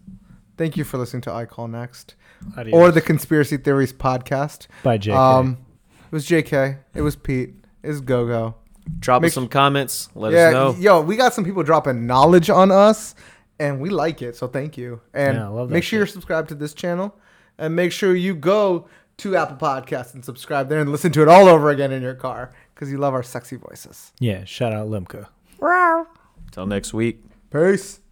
Speaker 1: Thank you for listening to I Call Next
Speaker 3: Adios.
Speaker 1: or the um, Conspiracy Theories podcast.
Speaker 3: by JK.
Speaker 1: it was JK. It was Pete. It was Go Go.
Speaker 2: Drop
Speaker 1: Make-
Speaker 2: us some comments. Let
Speaker 1: yeah,
Speaker 2: us know.
Speaker 1: yo, we got some people dropping knowledge on us, and we like it, so thank you. And
Speaker 3: Yeah, I love that
Speaker 1: make sure you're subscribed to this channel, and make sure you go to Apple Podcasts and subscribe there and listen to it all over again in your car because you love our sexy voices.
Speaker 3: yeah, shout out Limca.
Speaker 2: Till next week.
Speaker 1: Peace.